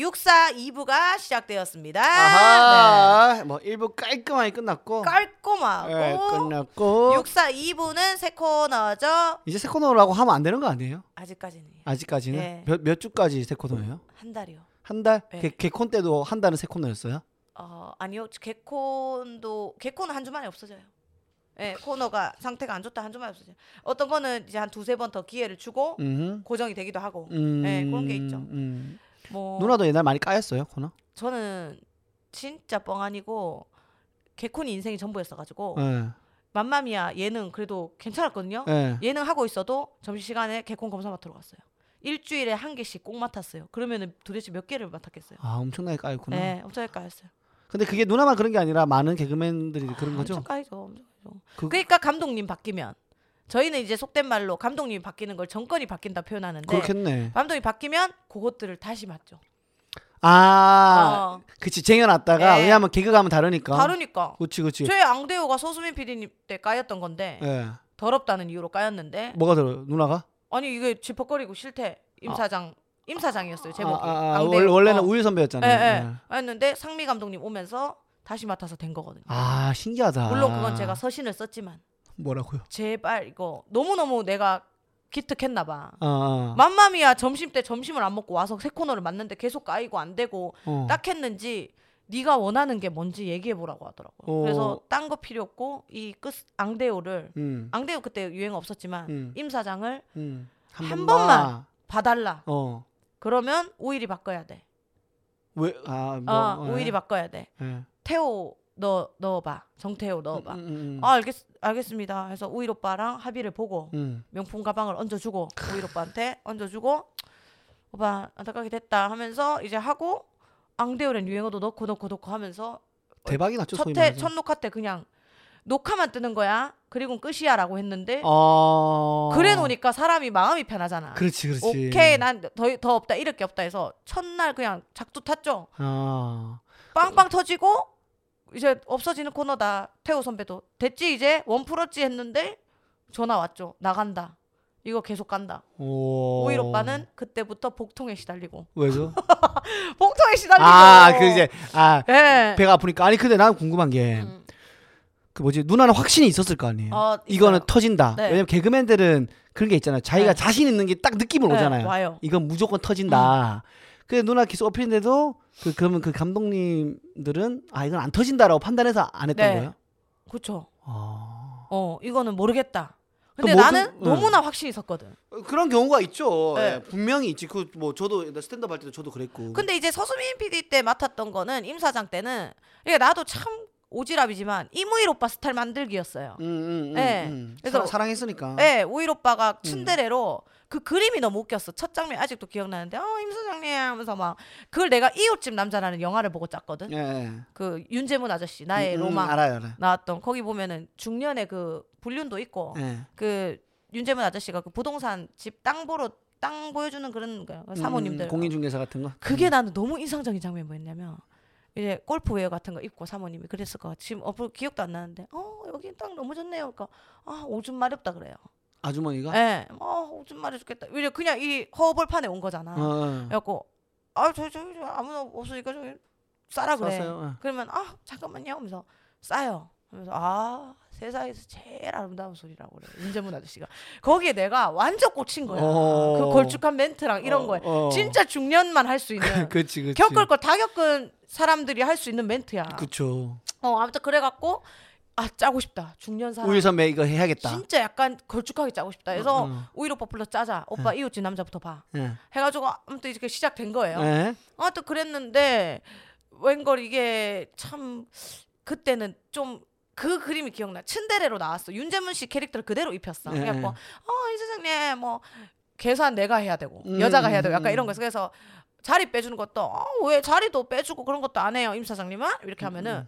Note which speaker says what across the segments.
Speaker 1: 역사 2부가 네, 시작되었습니다.
Speaker 2: 아하. 뭐 1부 깔끔하게 끝났고.
Speaker 1: 네. 깔끔하고
Speaker 2: 예, 끝났고.
Speaker 1: 육사 2부는 새 코너죠.
Speaker 2: 이제 세 코너라고 하면 안 되는 거 아니에요?
Speaker 1: 아직까지는
Speaker 2: 아직까지는
Speaker 1: 네.
Speaker 2: 몇, 몇 주까지 세 코너예요?
Speaker 1: 한 달이요.
Speaker 2: 한 달?
Speaker 1: 네.
Speaker 2: 개, 개콘 때도 한 달은 세 코너였어요?
Speaker 1: 어 아니요 개콘도 개콘은 한 주만에 없어져요. 예 코너가 상태가 안 좋다 한 주만에 없어져요. 어떤 거는 이제 한 두세 번 더 기회를 주고
Speaker 2: 음.
Speaker 1: 고정이 되기도 하고
Speaker 2: 음.
Speaker 1: 네, 그런 게 있죠.
Speaker 2: 음.
Speaker 1: 뭐
Speaker 2: 누나도 옛날 많이 까였어요 코너.
Speaker 1: 저는 진짜 뻥 아니고 개콘이 인생이 전부였어가지고
Speaker 2: 예.
Speaker 1: 맘마미아 예능 그래도 괜찮았거든요.
Speaker 2: 예.
Speaker 1: 예능 하고 있어도 점심시간에 개콘 검사 맡으러 갔어요. 일주일에 한 개씩 꼭 맡았어요. 그러면은 도대체 몇 개를 맡았겠어요?
Speaker 2: 아 엄청나게 까였구나.
Speaker 1: 네, 엄청 까였어요.
Speaker 2: 근데 그게 누나만 그런 게 아니라 많은 개그맨들이 그런 거죠.
Speaker 1: 아, 엄청 까이죠. 엄청 까이죠.
Speaker 2: 그-
Speaker 1: 그러니까 감독님 바뀌면 저희는 이제 속된 말로 감독님이 바뀌는 걸 정권이 바뀐다 표현하는데
Speaker 2: 그렇겠네.
Speaker 1: 감독이 바뀌면 그것들을 다시 맞죠.
Speaker 2: 아,
Speaker 1: 어,
Speaker 2: 그치 쟁여놨다가
Speaker 1: 예.
Speaker 2: 왜냐하면 개그가 하면 다르니까.
Speaker 1: 다르니까.
Speaker 2: 그치 그치.
Speaker 1: 저희 앙대호가 서수민 PD님 때 까였던 건데
Speaker 2: 예.
Speaker 1: 더럽다는 이유로 까였는데
Speaker 2: 뭐가 들어요 누나가?
Speaker 1: 아니 이게 지퍼거리고 싫대 임 사장 임 사장이었어요 그 제목이
Speaker 2: 아, 아, 아,
Speaker 1: 앙대호.
Speaker 2: 원래, 원래는
Speaker 1: 어.
Speaker 2: 우유
Speaker 1: 예,
Speaker 2: 선배였잖아요.
Speaker 1: 예.
Speaker 2: 예.
Speaker 1: 했는데 상미 감독님 오면서 다시 맡아서 된 거거든요.
Speaker 2: 아 신기하다.
Speaker 1: 물론 그건 제가 서신을 썼지만
Speaker 2: 뭐라고요?
Speaker 1: 제발 이거 너무 너무 내가 기특했나 봐.
Speaker 2: 아, 아.
Speaker 1: 맘마미야 점심 때 점심을 안 먹고 와서 새 코너를 맞는데 계속 까이고 안 되고
Speaker 2: 어.
Speaker 1: 딱 했는지 네가 원하는 게 뭔지 얘기해 보라고 하더라고요.
Speaker 2: 어.
Speaker 1: 그래서 딴 거 필요 없고 이 끝 앙대호를
Speaker 2: 음.
Speaker 1: 앙대호 그때 유행 없었지만
Speaker 2: 음.
Speaker 1: 임 사장을
Speaker 2: 음.
Speaker 1: 한 번만. 봐달라.
Speaker 2: 어.
Speaker 1: 그러면 오일이 바꿔야 돼.
Speaker 2: 왜? 아 뭐.
Speaker 1: 어,
Speaker 2: 예.
Speaker 1: 오일이 바꿔야 돼.
Speaker 2: 예.
Speaker 1: 태호 너 넣어봐. 정태호 넣어봐.
Speaker 2: 음, 음, 음.
Speaker 1: 아 알겠 알겠습니다. 해서 우일 오빠랑 합의를 보고
Speaker 2: 음.
Speaker 1: 명품 가방을 얹어주고 우일 오빠한테 얹어주고 오빠 안타깝게 됐다 하면서 이제 하고 앙대오랜 유행어도 넣고 넣고 넣고 하면서
Speaker 2: 대박이 났죠 소위
Speaker 1: 첫회
Speaker 2: 말해서.
Speaker 1: 첫 녹화 때 그냥 녹화만 뜨는 거야. 그리고 끝이야라고 했는데
Speaker 2: 어.
Speaker 1: 그래 놓으니까 사람이 마음이 편하잖아.
Speaker 2: 그렇지 그렇지.
Speaker 1: 오케이 난 더 더 없다 이럴 게 없다 해서 첫날 그냥 작두 탔죠.
Speaker 2: 아.
Speaker 1: 빵빵 터지고 이제 없어지는 코너다. 태호 선배도 됐지 이제 원 풀었지 했는데 전화 왔죠. 나간다. 이거 계속 간다.
Speaker 2: 오.
Speaker 1: 오일 오빠는 그때부터 복통에 시달리고
Speaker 2: 왜죠?
Speaker 1: 복통에 시달리고.
Speaker 2: 아, 그 이제 아
Speaker 1: 예.
Speaker 2: 배가 아프니까 아니 근데 난 궁금한 게 그
Speaker 1: 음.
Speaker 2: 뭐지 누나는 확신이 있었을 거 아니에요.
Speaker 1: 어,
Speaker 2: 이거는
Speaker 1: 있어요.
Speaker 2: 터진다.
Speaker 1: 네.
Speaker 2: 왜냐면 개그맨들은 그런 게 있잖아요. 자기가
Speaker 1: 네.
Speaker 2: 자신 있는 게 딱 느낌으로
Speaker 1: 예,
Speaker 2: 오잖아요.
Speaker 1: 와요.
Speaker 2: 이건 무조건 터진다. 근데 누나 계속 어필인데도 그 그러면 그 감독님들은 아 이건 안 터진다라고 판단해서 안 했던
Speaker 1: 네.
Speaker 2: 거예요.
Speaker 1: 그렇죠.
Speaker 2: 아.
Speaker 1: 어 이거는 모르겠다. 근데
Speaker 2: 모든-
Speaker 1: 나는
Speaker 2: 음.
Speaker 1: 너무나 확신이 있었거든.
Speaker 2: 어, 그런 경우가 있죠.
Speaker 1: 네. 예,
Speaker 2: 분명히 있지. 그 뭐 저도 스탠드업 할 때도 저도 그랬고.
Speaker 1: 근데 이제 서수민 PD 때 맡았던 거는 임 사장 때는 이게 나도 참 오지랖이지만 이무일 오빠 스타일 만들기였어요.
Speaker 2: 음, 음,
Speaker 1: 예. 그래서-
Speaker 2: 그래서 사랑했으니까.
Speaker 1: 네, 오일 오빠가
Speaker 2: 음.
Speaker 1: 츤데레로 그 그림이 너무 웃겼어. 첫 장면 아직도 기억나는데, 어, 임 사장님 하면서 막 그걸 내가 이웃집 남자라는 영화를 보고 짰거든.
Speaker 2: 예, 예.
Speaker 1: 그 윤재문 아저씨 나의
Speaker 2: 음, 음,
Speaker 1: 로망
Speaker 2: 알아요, 알아요.
Speaker 1: 나왔던 거기 보면은 중년의 그 불륜도 있고
Speaker 2: 예.
Speaker 1: 그 윤재문 아저씨가 그 부동산 집 땅 보러 땅 보여주는 그런 거예요. 어, 사모님들.
Speaker 2: 음, 공인중개사 음. 같은 거.
Speaker 1: 그게 나는 너무 인상적인 장면이 뭐였냐면 이제 골프웨어 같은 거 입고 사모님이 그랬을 것 같아. 지금 어, 기억도 안 나는데 어 여기 땅 너무 좋네요. 그러니까 아 오줌 마렵다 그래요.
Speaker 2: 아주머니가.
Speaker 1: 예. 어, 오줌 말해 죽겠다. 이제 그냥 이 허벌판에 온 거잖아.
Speaker 2: 어, 어.
Speaker 1: 그래갖고 아, 저, 저, 저 아무나 없으니까 저기 싸라 그래.
Speaker 2: 쌌어요, 예.
Speaker 1: 그러면 아, 잠깐만요. 하면서 싸요. 하면서 아, 세상에서 제일 아름다운 소리라고 그래. 윤재문 아저씨가. 거기에 내가 완전 꽂힌 거야.
Speaker 2: 어.
Speaker 1: 그 걸쭉한 멘트랑 이런
Speaker 2: 어,
Speaker 1: 거에
Speaker 2: 어.
Speaker 1: 진짜 중년만 할 수 있는
Speaker 2: 그렇지, 그렇지.
Speaker 1: 겪을 걸 다 겪은 사람들이 할 수 있는 멘트야.
Speaker 2: 그쵸.
Speaker 1: 어, 아무튼 그래갖고 아, 짜고 싶다. 중년 사람.
Speaker 2: 우유 선배 이거 해야겠다.
Speaker 1: 진짜 약간 걸쭉하게 짜고 싶다. 그래서
Speaker 2: 어, 어.
Speaker 1: 오일 오빠 불러 짜자. 오빠 이웃집 남자부터 봐.
Speaker 2: 예.
Speaker 1: 해가지고 아무튼 이렇게 시작된 거예요.
Speaker 2: 예.
Speaker 1: 아무튼 그랬는데 웬걸 이게 참 그때는 좀 그 그림이 기억나. 츤데레로 나왔어. 윤재문 씨 캐릭터를 그대로 입혔어.
Speaker 2: 예,
Speaker 1: 그래갖고
Speaker 2: 예.
Speaker 1: 어이 사장님 뭐 계산 내가 해야 되고
Speaker 2: 음,
Speaker 1: 여자가 해야 되고
Speaker 2: 음,
Speaker 1: 약간
Speaker 2: 음.
Speaker 1: 이런 거에서 그래서 자리 빼주는 것도 어 왜 자리도 빼주고 그런 것도 안 해요 임 사장님은
Speaker 2: 음,
Speaker 1: 이렇게 하면은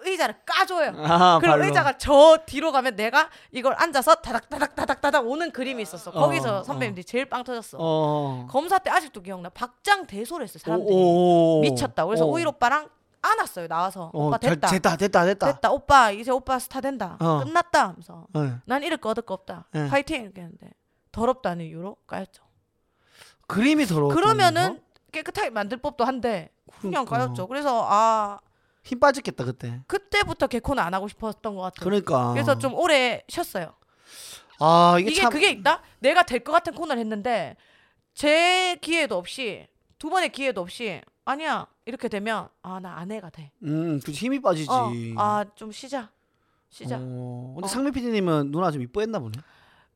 Speaker 1: 의자를 까줘요.
Speaker 2: 아,
Speaker 1: 그리고
Speaker 2: 발로.
Speaker 1: 의자가 저 뒤로 가면 내가 이걸 앉아서 다닥 다닥 다닥 다닥 오는 그림이 있었어. 거기서
Speaker 2: 어,
Speaker 1: 선배님들이 제일 빵 터졌어.
Speaker 2: 어.
Speaker 1: 검사 때 아직도 기억나. 박장 대소를 했어요. 사람들이
Speaker 2: 오, 오.
Speaker 1: 미쳤다. 그래서
Speaker 2: 오.
Speaker 1: 오일 오빠랑 안았어요. 나와서
Speaker 2: 어,
Speaker 1: 오빠
Speaker 2: 잘-
Speaker 1: 됐다.
Speaker 2: 됐다, 됐다, 됐다.
Speaker 1: 됐다. 오빠 이제 오빠 스타 된다.
Speaker 2: 어.
Speaker 1: 끝났다. 하면서
Speaker 2: 예.
Speaker 1: 난 이럴 거 얻을 거 없다.
Speaker 2: 예.
Speaker 1: 파이팅 이렇게 했는데 더럽다는 이유로 까였죠.
Speaker 2: 그림이 더러워.
Speaker 1: 그러면은 깨끗하게 만들 법도 한데 그냥
Speaker 2: 그러니까.
Speaker 1: 까였죠. 그래서 아
Speaker 2: 힘 빠졌겠다 그때.
Speaker 1: 그때부터 개콘 안 하고 싶었던 것 같아요.
Speaker 2: 그러니까.
Speaker 1: 그래서 좀 오래 쉬었어요.
Speaker 2: 아 이게,
Speaker 1: 이게,
Speaker 2: 참
Speaker 1: 그게 있다? 내가 될 것 같은 코너를 했는데 제 기회도 없이 두 번의 기회도 없이 아니야 이렇게 되면 아 나 아내가 돼.
Speaker 2: 음, 그 힘이 빠지지.
Speaker 1: 어, 아좀 쉬자. 쉬자.
Speaker 2: 어, 근데
Speaker 1: 어.
Speaker 2: 상민 PD님은 누나 좀 이뻐했나 보네.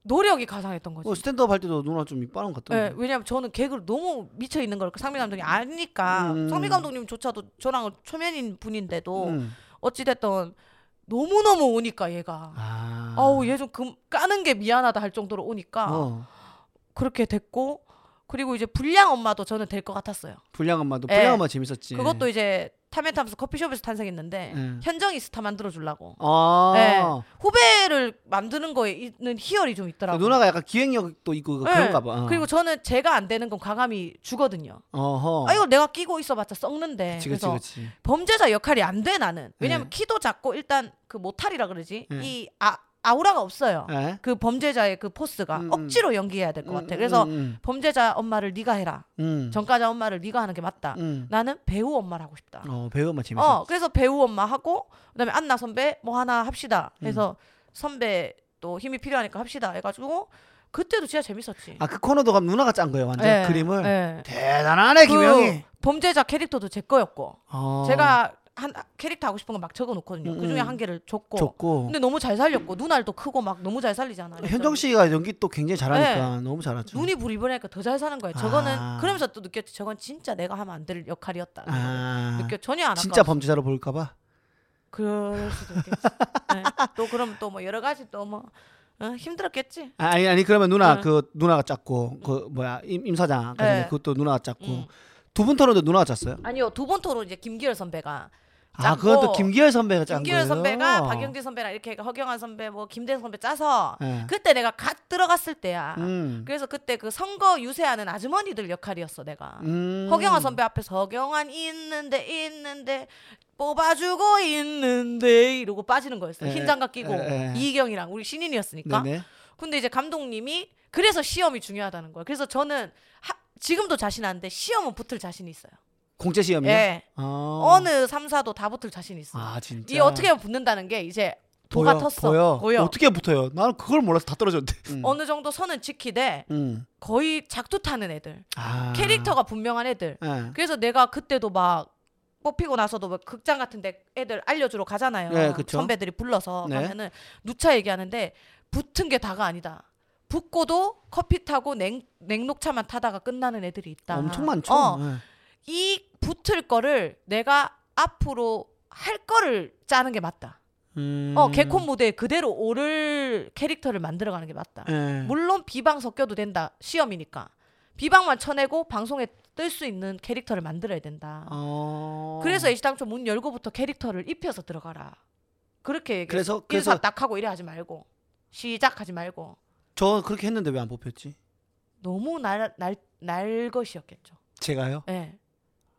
Speaker 1: 노력이 가상했던 거지.
Speaker 2: 어, 스탠드업 할 때도 누나 좀 이뻐한 것 같던데.
Speaker 1: 예, 왜냐면 저는 개그를 너무 미쳐 있는 걸 상민 감독이 아니까
Speaker 2: 음.
Speaker 1: 상민 감독님조차도 저랑 은 초면인 분인데도
Speaker 2: 음.
Speaker 1: 어찌 됐던 너무 너무 오니까 얘가
Speaker 2: 아.
Speaker 1: 아우 얘 좀 금 까는 게 미안하다 할 정도로 오니까
Speaker 2: 어.
Speaker 1: 그렇게 됐고 그리고 이제 불량 엄마도 저는 될 것 같았어요.
Speaker 2: 불량 엄마도
Speaker 1: 예.
Speaker 2: 불량 엄마 재밌었지.
Speaker 1: 그것도 이제 타멘탐스 커피숍에서 탄생했는데
Speaker 2: 예.
Speaker 1: 현정이 스타 만들어 주려고
Speaker 2: 아.
Speaker 1: 예. 후배를 만드는 거에 있는 희열이 좀 있더라고요.
Speaker 2: 그 누나가 약간 기획력도 있고
Speaker 1: 예.
Speaker 2: 그런가 봐. 어.
Speaker 1: 그리고 저는 제가 안 되는 건 과감히 주거든요.
Speaker 2: 어허.
Speaker 1: 아 이거 내가 끼고 있어봤자 썩는데
Speaker 2: 그치 그치
Speaker 1: 그래서 음,
Speaker 2: 그치.
Speaker 1: 범죄자 역할이 안 돼 나는 왜냐면
Speaker 2: 예.
Speaker 1: 키도 작고 일단 그 모탈이라 그러지
Speaker 2: 예.
Speaker 1: 이 아, 아우라가 없어요
Speaker 2: 예?
Speaker 1: 그 범죄자의 그 포스가
Speaker 2: 음, 음.
Speaker 1: 억지로 연기해야 될 것 같아
Speaker 2: 음,
Speaker 1: 그래서
Speaker 2: 음,
Speaker 1: 범죄자 엄마를 네가 해라
Speaker 2: 음.
Speaker 1: 전과자 엄마를 네가 하는 게 맞다
Speaker 2: 음.
Speaker 1: 나는 배우 엄마를 하고 싶다
Speaker 2: 어 배우 엄마
Speaker 1: 음.
Speaker 2: 재밌어.
Speaker 1: 어 그래서 배우 엄마 하고 그다음에 안나 선배 뭐 하나 합시다 해서
Speaker 2: 음.
Speaker 1: 선배 또 힘이 필요하니까 합시다 해가지고 그때도 진짜 재밌었지
Speaker 2: 아그 코너도 그럼 누나가 짠 거예요 완전
Speaker 1: 예,
Speaker 2: 그림을.
Speaker 1: 예.
Speaker 2: 대단하네 김영희.
Speaker 1: 그 범죄자 캐릭터도 제 거였고
Speaker 2: 어.
Speaker 1: 제가 한 캐릭터 하고 싶은 거 막 적어 놓거든요.
Speaker 2: 음,
Speaker 1: 그 중에
Speaker 2: 음.
Speaker 1: 한 개를 줬고.
Speaker 2: 좋고.
Speaker 1: 근데 너무 잘 살렸고 눈알도 크고 막 너무 잘 살리잖아요. 그래서
Speaker 2: 현정 씨가 연기 또 굉장히
Speaker 1: 네.
Speaker 2: 잘하니까 너무 잘하죠.
Speaker 1: 눈이 부리부리하니까 더 잘 사는 거예요. 저거는
Speaker 2: 아.
Speaker 1: 그러면서 또 느꼈지. 저건 진짜 내가 하면 안 될 역할이었다.
Speaker 2: 아,
Speaker 1: 느꼈 전혀 안
Speaker 2: 진짜
Speaker 1: 아까.
Speaker 2: 범죄자로 보일까봐.
Speaker 1: 그럴 수도 있겠지. 네. 또 그럼 또 뭐 여러 가지 또 뭐 힘들었겠지.
Speaker 2: 아, 아니 아니 그러면 누나
Speaker 1: 응.
Speaker 2: 그 누나가 짰고 그 뭐야 임, 임 사장 아까 전에
Speaker 1: 네.
Speaker 2: 그것도 누나가 짰고
Speaker 1: 응.
Speaker 2: 두 분 토론도 누나가 짰어요.
Speaker 1: 아니요 두 번 토론 이제 김기열 선배가
Speaker 2: 아 그건 또
Speaker 1: 짰고,
Speaker 2: 김기열 선배가 짠
Speaker 1: 김기열
Speaker 2: 거예요.
Speaker 1: 선배가 박영진 선배랑 이렇게 허경환 선배 뭐 김대성 선배 짜서
Speaker 2: 예.
Speaker 1: 그때 내가 갓 들어갔을 때야.
Speaker 2: 음.
Speaker 1: 그래서 그때 그 선거 유세하는 아주머니들 역할이었어 내가
Speaker 2: 음.
Speaker 1: 허경환 선배 앞에서 허경환 있는데 있는데 뽑아주고 있는데 이러고 빠지는 거였어
Speaker 2: 에,
Speaker 1: 흰 장갑 끼고
Speaker 2: 에, 에.
Speaker 1: 이희경이랑 우리 신인이었으니까
Speaker 2: 네네.
Speaker 1: 근데 이제 감독님이 그래서 시험이 중요하다는 거야 그래서 저는 하- 지금도 자신 안돼 시험은 붙을 자신이 있어요
Speaker 2: 공채 시험이요.
Speaker 1: 예
Speaker 2: 어.
Speaker 1: 어. 느 삼사도 다 붙을 자신이 있어
Speaker 2: 아 진짜.
Speaker 1: 이 어떻게 하면 붙는다는 게 이제 도가
Speaker 2: 보여,
Speaker 1: 텄어
Speaker 2: 보여.
Speaker 1: 보여.
Speaker 2: 어떻게 붙어요? 나는 그걸 몰라서 다 떨어졌는데. 음.
Speaker 1: 어느 정도 선은 지키되
Speaker 2: 음.
Speaker 1: 거의 작두 타는 애들
Speaker 2: 아.
Speaker 1: 캐릭터가 분명한 애들
Speaker 2: 예.
Speaker 1: 그래서 내가 그때도 막 뽑히고 나서도 막 극장 같은데 애들 알려주러 가잖아요.
Speaker 2: 네, 그쵸.
Speaker 1: 선배들이 불러서
Speaker 2: 네.
Speaker 1: 가면은 누차 얘기하는데 붙은 게 다가 아니다. 붙고도 커피 타고 냉 냉녹차만 타다가 끝나는 애들이 있다.
Speaker 2: 엄청 많죠.
Speaker 1: 어,
Speaker 2: 예.
Speaker 1: 이 붙을 거를 내가 앞으로 할 거를 짜는 게 맞다.
Speaker 2: 음.
Speaker 1: 어 개콘 무대에 그대로 오를 캐릭터를 만들어가는 게 맞다.
Speaker 2: 예.
Speaker 1: 물론 비방 섞여도 된다. 시험이니까 비방만 쳐내고 방송에 뜰 수 있는 캐릭터를 만들어야 된다.
Speaker 2: 어.
Speaker 1: 그래서 애시당초 문 열고부터 캐릭터를 입혀서 들어가라. 그렇게 얘기해.
Speaker 2: 그래서 그래서
Speaker 1: 일사딱하고 이래 하지 말고 시작하지 말고
Speaker 2: 저 그렇게 했는데 왜 안 뽑혔지?
Speaker 1: 너무 날 날 날 것이었겠죠.
Speaker 2: 제가요?
Speaker 1: 예,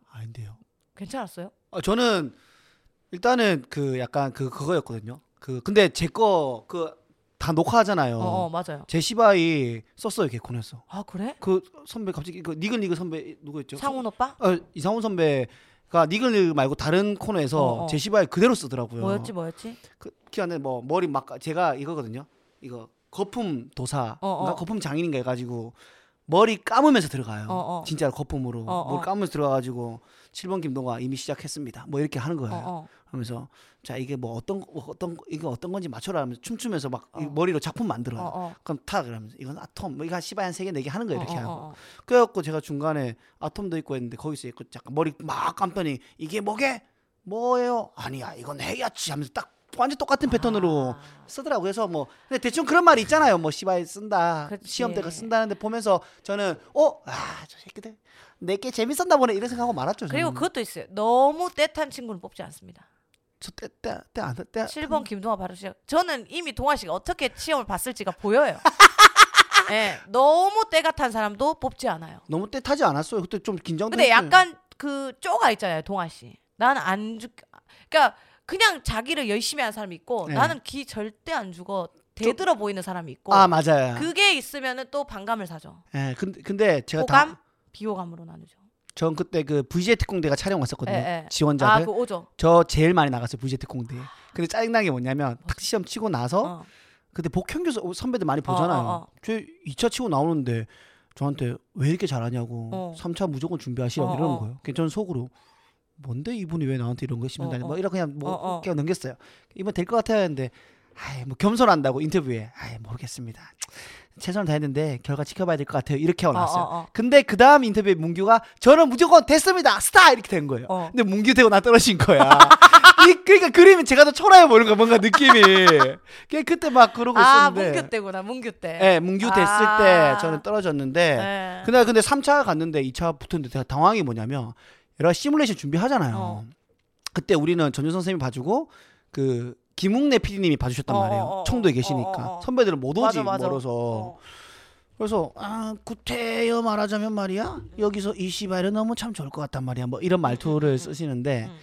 Speaker 2: 아닌데요.
Speaker 1: 괜찮았어요?
Speaker 2: 아, 저는 일단은 그 약간 그 그거였거든요. 그 근데 제 거 그 다 녹화하잖아요.
Speaker 1: 어, 어 맞아요.
Speaker 2: 제 시바이 썼어요 개콘에서.
Speaker 1: 아 그래?
Speaker 2: 그 선배 갑자기 그 니글 니글 선배 누구였죠?
Speaker 1: 상훈 오빠?
Speaker 2: 아, 이상훈 선배가 니글 니글 말고 다른 코너에서
Speaker 1: 어, 어.
Speaker 2: 제 시바이 그대로 쓰더라고요.
Speaker 1: 뭐였지 뭐였지?
Speaker 2: 그 기안에 뭐 머리 막 제가 이거거든요. 이거 거품 도사, 그러니까
Speaker 1: 어, 어.
Speaker 2: 거품 장인인가 해가지고 머리 감으면서 들어가요.
Speaker 1: 어, 어.
Speaker 2: 진짜로 거품으로
Speaker 1: 어,
Speaker 2: 머리
Speaker 1: 어.
Speaker 2: 감으면서 들어가가지고 7번 김동아 이미 시작했습니다. 뭐 이렇게 하는 거예요.
Speaker 1: 어, 어.
Speaker 2: 하면서 자 이게 뭐 어떤 거- 어떤 거- 이거 어떤 건지 맞춰라 하면서 춤추면서 막 이
Speaker 1: 어.
Speaker 2: 머리로 작품
Speaker 1: 어,
Speaker 2: 만들어요.
Speaker 1: 어.
Speaker 2: 그럼 탁 이러면서 이건 아톰 뭐 이거 한 시바이 한세 개 네 개 하는 거예요
Speaker 1: 어,
Speaker 2: 이렇게
Speaker 1: 어,
Speaker 2: 하고
Speaker 1: 어, 어.
Speaker 2: 그래갖고 제가 중간에 아톰도 있고 했는데 거기서 있고 잠깐 머리 막 감더니 이게 뭐게 뭐예요 아니야 이건 해야지 하면서 딱 완전 똑같은 패턴으로
Speaker 1: 아,
Speaker 2: 쓰더라고 그래서 뭐 근데 대충 그런 말이 있잖아요 뭐 시바이 쓴다
Speaker 1: 그치.
Speaker 2: 시험 때가 쓴다는데 보면서 저는 어아저 새끼들 내게 재밌었나 보네 이런 생각하고 말았죠
Speaker 1: 그리고
Speaker 2: 저는.
Speaker 1: 그것도 있어요. 너무 떼탄 친구는 뽑지 않습니다.
Speaker 2: 저때때때안때
Speaker 1: 7번 김동아 바로 시작. 저는 이미 동아 씨가 어떻게 시험을 봤을지가 보여요. 예, 너무 때가 탄 사람도 뽑지 않아요.
Speaker 2: 너무 때 타지 않았어요 그때 좀 긴장도
Speaker 1: 근데
Speaker 2: 했어요. 네.
Speaker 1: 약간 그 쪼가 있잖아요, 동아 씨. 나는 안 죽. 그러니까 그냥 자기를 열심히 한 사람이 있고
Speaker 2: 네.
Speaker 1: 나는 기 절대 안 죽어 대들어 보이는 사람이 있고
Speaker 2: 아 맞아요
Speaker 1: 그 그게 있으면은 또 반감을 사죠.
Speaker 2: 예 근데 근데 제가
Speaker 1: 호감,
Speaker 2: 다
Speaker 1: 비호감으로 나누죠.
Speaker 2: 전 그때 그 VJ 특공대가 촬영 왔었거든요.
Speaker 1: 예, 예.
Speaker 2: 지원자들.
Speaker 1: 아그 오죠.
Speaker 2: 저 제일 많이 나갔어요 VJ 특공대에. 근데 짜증난 게 뭐냐면 탁 시험 치고 나서
Speaker 1: 어.
Speaker 2: 근데 복형교 선배들 많이
Speaker 1: 어,
Speaker 2: 보잖아요.
Speaker 1: 어, 어.
Speaker 2: 저 2차 치고 나오는데 저한테 왜 이렇게 잘하냐고
Speaker 1: 어.
Speaker 2: 3차 무조건 준비하시라고
Speaker 1: 어,
Speaker 2: 이러는
Speaker 1: 어.
Speaker 2: 거예요. 그래서 저는 속으로 뭔데 이분이 왜 나한테 이런 거 시킨다니
Speaker 1: 어, 어.
Speaker 2: 뭐 이런 그냥 뭐
Speaker 1: 어, 어.
Speaker 2: 그냥 넘겼어요. 이번 될 것 같아야 했는데 아이 뭐 겸손한다고 인터뷰에 아이 모르겠습니다. 최선을 다했는데 결과 지켜봐야 될 것 같아요. 이렇게 하고 나왔어요.
Speaker 1: 어, 어, 어.
Speaker 2: 근데 그 다음 인터뷰에 문규가 저는 무조건 됐습니다 스타 이렇게 된 거예요.
Speaker 1: 어.
Speaker 2: 근데 문규 되고 나 떨어진 거야. 이, 그러니까 그림이 제가 더 초라해 보이는 거야 뭔가 느낌이. 그냥 그때 막 그러고
Speaker 1: 아
Speaker 2: 있었는데.
Speaker 1: 문규 때구나 문규 때.
Speaker 2: 예, 문규 됐을
Speaker 1: 아.
Speaker 2: 때 저는 떨어졌는데
Speaker 1: 네.
Speaker 2: 그날 근데 3차 갔는데 2차 붙었는데 제가 당황이 뭐냐면 여러 가지 시뮬레이션 준비하잖아요.
Speaker 1: 어.
Speaker 2: 그때 우리는 전준 선생님이 봐주고 그 김웅래 PD님이 봐주셨단
Speaker 1: 어,
Speaker 2: 말이에요.
Speaker 1: 어, 어,
Speaker 2: 청도에
Speaker 1: 어,
Speaker 2: 계시니까
Speaker 1: 어, 어.
Speaker 2: 선배들은 못 오지
Speaker 1: 맞아, 맞아.
Speaker 2: 멀어서.
Speaker 1: 어.
Speaker 2: 그래서 아 구태여 말하자면 말이야 여기서 이 씨발은 너무 참 좋을 것 같단 말이야 뭐 이런 말투를 쓰시는데
Speaker 1: 음.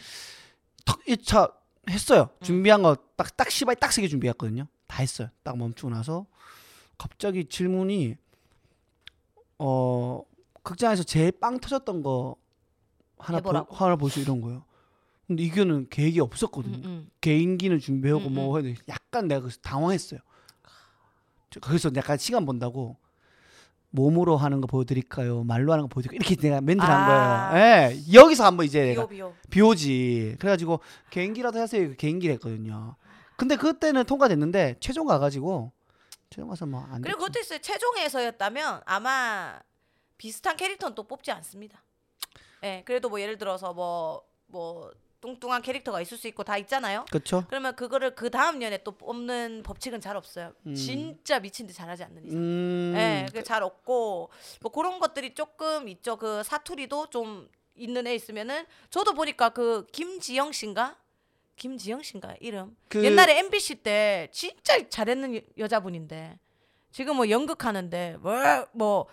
Speaker 2: 탁 1차 했어요 준비한 거 딱 딱 씨발 딱 세게 준비했거든요 다 했어요 딱 멈추고 나서 갑자기 질문이 어 극장에서 제일 빵 터졌던 거 하나 보,
Speaker 1: 해보라고.
Speaker 2: 하나 보시 이런 거요 근데 이거는 계획이 없었거든요
Speaker 1: 음, 음.
Speaker 2: 개인기는 준비하고
Speaker 1: 음,
Speaker 2: 뭐 해도 약간 내가 그래서 당황했어요. 저- 그래서 약간 시간 본다고 몸으로 하는 거 보여드릴까요? 말로 하는 거 보여드릴까요? 이렇게 내가 멘트를
Speaker 1: 아.
Speaker 2: 한 거예요. 예, 여기서 한번 이제
Speaker 1: 비오
Speaker 2: 내가
Speaker 1: 비오.
Speaker 2: 비오지. 그래가지고 개인기라도 하세요. 그 개인기를 했거든요. 근데 그때는 통과됐는데 최종 가가지고 최종 가서 뭐안
Speaker 1: 그리고 그것도 있어요. 최종에서였다면 아마 비슷한 캐릭터는 또 뽑지 않습니다. 예, 그래도 뭐 예를 들어서 뭐 뭐 뚱뚱한 캐릭터가 있을 수 있고 다 있잖아요.
Speaker 2: 그렇죠.
Speaker 1: 그러면 그거를 그 다음 년에 또 뽑는 법칙은 잘 없어요.
Speaker 2: 음.
Speaker 1: 진짜 미친 듯이 잘하지 않는 이상.
Speaker 2: 음.
Speaker 1: 예, 그게 잘 없고 뭐 그런 것들이 조금 있죠. 그 사투리도 좀 있는 애 있으면은 저도 보니까 그 김지영 씨인가? 김지영 씨인가 이름?
Speaker 2: 그-
Speaker 1: 옛날에 MBC 때 진짜 잘했는 여- 여자분인데 지금 뭐 연극하는데 뭐, 뭐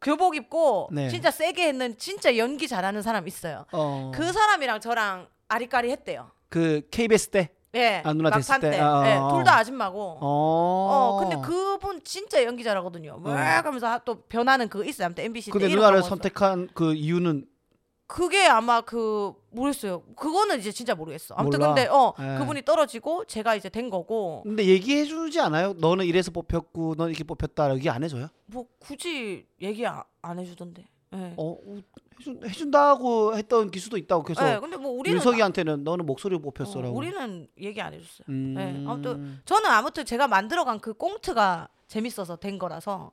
Speaker 1: 교복 입고
Speaker 2: 네.
Speaker 1: 진짜 세게 했는 진짜 연기 잘하는 사람 있어요.
Speaker 2: 어, 그,
Speaker 1: 그 사람이랑 저랑 아리까리 했대요.
Speaker 2: KBS 때.
Speaker 1: 예,
Speaker 2: 아, 누나
Speaker 1: 막판
Speaker 2: 됐을 때? 아, 아,
Speaker 1: 예,
Speaker 2: 아.
Speaker 1: 둘다 아줌마고.
Speaker 2: 어. 네.
Speaker 1: 어 근데 그분 진짜 연기 잘하거든요. 왜 하면서 또 변하는 그거 있어요. 아무튼 MBC 때
Speaker 2: 근데
Speaker 1: 이름
Speaker 2: 누나를
Speaker 1: 까먹었어.
Speaker 2: 선택한 그 이유는
Speaker 1: 그게 아마 그 모르겠어요. 그거는 이제 진짜 모르겠어. 아무튼
Speaker 2: 몰라.
Speaker 1: 근데 어
Speaker 2: 예.
Speaker 1: 그분이 떨어지고 제가 이제 된 거고
Speaker 2: 근데 얘기해 주지 않아요? 너는 이래서 뽑혔고 넌 이렇게 뽑혔다 여기 안 해줘요?
Speaker 1: 뭐 굳이 얘기 아- 안 해주던데. 예.
Speaker 2: 어, 어, 해준, 해준다고 했던 기수도 있다고 그래서
Speaker 1: 예, 근데 뭐 우리는
Speaker 2: 윤석이한테는 너는 목소리로
Speaker 1: 아- 어,
Speaker 2: 뽑혔어라고.
Speaker 1: 우리는 얘기 안 해줬어요.
Speaker 2: 음.
Speaker 1: 예, 아무튼 저는 아무튼 제가 만들어간 그 꽁트가 재밌어서 된 거라서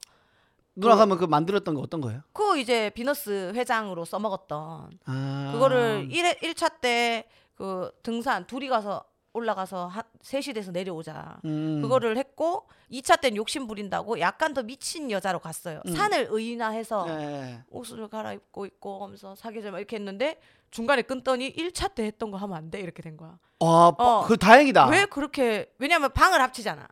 Speaker 2: 누나 가면 그 만들었던 거 어떤 거예요?
Speaker 1: 그 이제 비너스 회장으로 써먹었던
Speaker 2: 아.
Speaker 1: 그거를 일일차 때 그 등산 둘이 가서 올라가서 한 3시 돼서 내려오자.
Speaker 2: 음.
Speaker 1: 그거를 했고 2차 때는 욕심 부린다고 약간 더 미친 여자로 갔어요.
Speaker 2: 음.
Speaker 1: 산을 의인화해서
Speaker 2: 예.
Speaker 1: 옷을 갈아입고 있고 하면서 사귀자 막 이렇게 했는데 중간에 끊더니 1차 때 했던 거 하면 안 돼 이렇게 된 거야.
Speaker 2: 아, 빠-
Speaker 1: 어.
Speaker 2: 그 다행이다.
Speaker 1: 왜 그렇게 왜냐면 방을 합치잖아.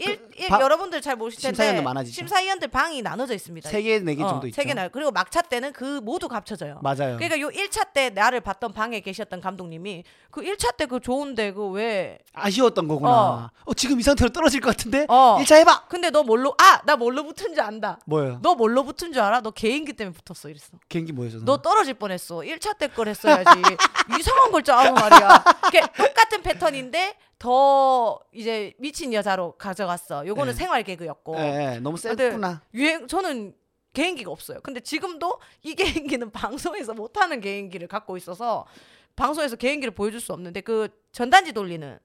Speaker 1: 일, 일-
Speaker 2: 방-
Speaker 1: 여러분들 잘 모르실 텐데
Speaker 2: 심사위원들 많아지죠.
Speaker 1: 심사위원들 방이 나눠져 있습니다.
Speaker 2: 세개 네 개 정도 있죠.
Speaker 1: 어, 세개 나. 그리고 막차 때는 그 모두 합쳐져요.
Speaker 2: 맞아요.
Speaker 1: 그러니까 요 1차 때 나를 봤던 방에 계셨던 감독님이 그 1차 때 그 좋은데 그 왜
Speaker 2: 아쉬웠던 거구나. 어. 지금 이 상태로 떨어질 것 같은데
Speaker 1: 어.
Speaker 2: 일 1차 해봐.
Speaker 1: 근데 너 뭘로 아! 나 뭘로 붙은 줄 안다.
Speaker 2: 뭐예요?
Speaker 1: 너 뭘로 붙은 줄 알아? 너 개인기 때문에 붙었어 이랬어.
Speaker 2: 개인기 뭐였어?
Speaker 1: 너 떨어질 뻔했어. 1차 때 걸 했어야지. 이상한 걸 짜고 말이야. 이렇게 똑같은 패턴인데 더 이제 미친 여자로 가져갔어. 요거는
Speaker 2: 네.
Speaker 1: 생활 개그였고.
Speaker 2: 예, 예, 너무
Speaker 1: 근데
Speaker 2: 쎘구나.
Speaker 1: 유행 저는 개인기가 없어요. 근데 지금도 이 개인기는 방송에서 못하는 개인기를 갖고 있어서 방송에서 개인기를 보여줄 수 없는데 그 전단지 돌리는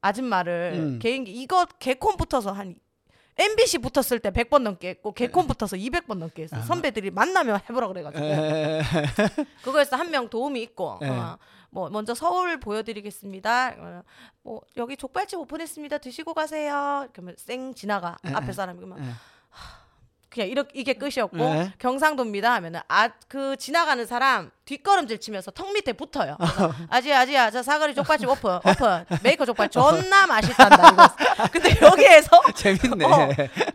Speaker 1: 아줌마를
Speaker 2: 음.
Speaker 1: 개인기 이거 개콘 붙어서 한 MBC 붙었을 때 100번 넘게 했고
Speaker 2: 네.
Speaker 1: 개콘 붙어서 200번 넘게
Speaker 2: 아.
Speaker 1: 했어. 요 선배들이 만나면 해보라 그래가지고
Speaker 2: 예.
Speaker 1: 그거에서 한 명 도움이 있고
Speaker 2: 네.
Speaker 1: 어, 뭐 먼저 서울 보여드리겠습니다. 어, 뭐 여기 족발집 오픈했습니다. 드시고 가세요. 그러면 쌩 지나가
Speaker 2: 네,
Speaker 1: 앞에
Speaker 2: 네.
Speaker 1: 사람이 그러면
Speaker 2: 네.
Speaker 1: 하, 그냥 이렇게 이게 끝이었고
Speaker 2: 네.
Speaker 1: 경상도입니다 하면은 아 그 지나가는 사람 뒷걸음질 치면서 턱 밑에 붙어요. 그래서 아지야 아지야 저 사거리 족발집 오픈 오픈 메이커 족발 존나 맛있단다. 이거. 근데 여기에서
Speaker 2: 재밌네.
Speaker 1: 어,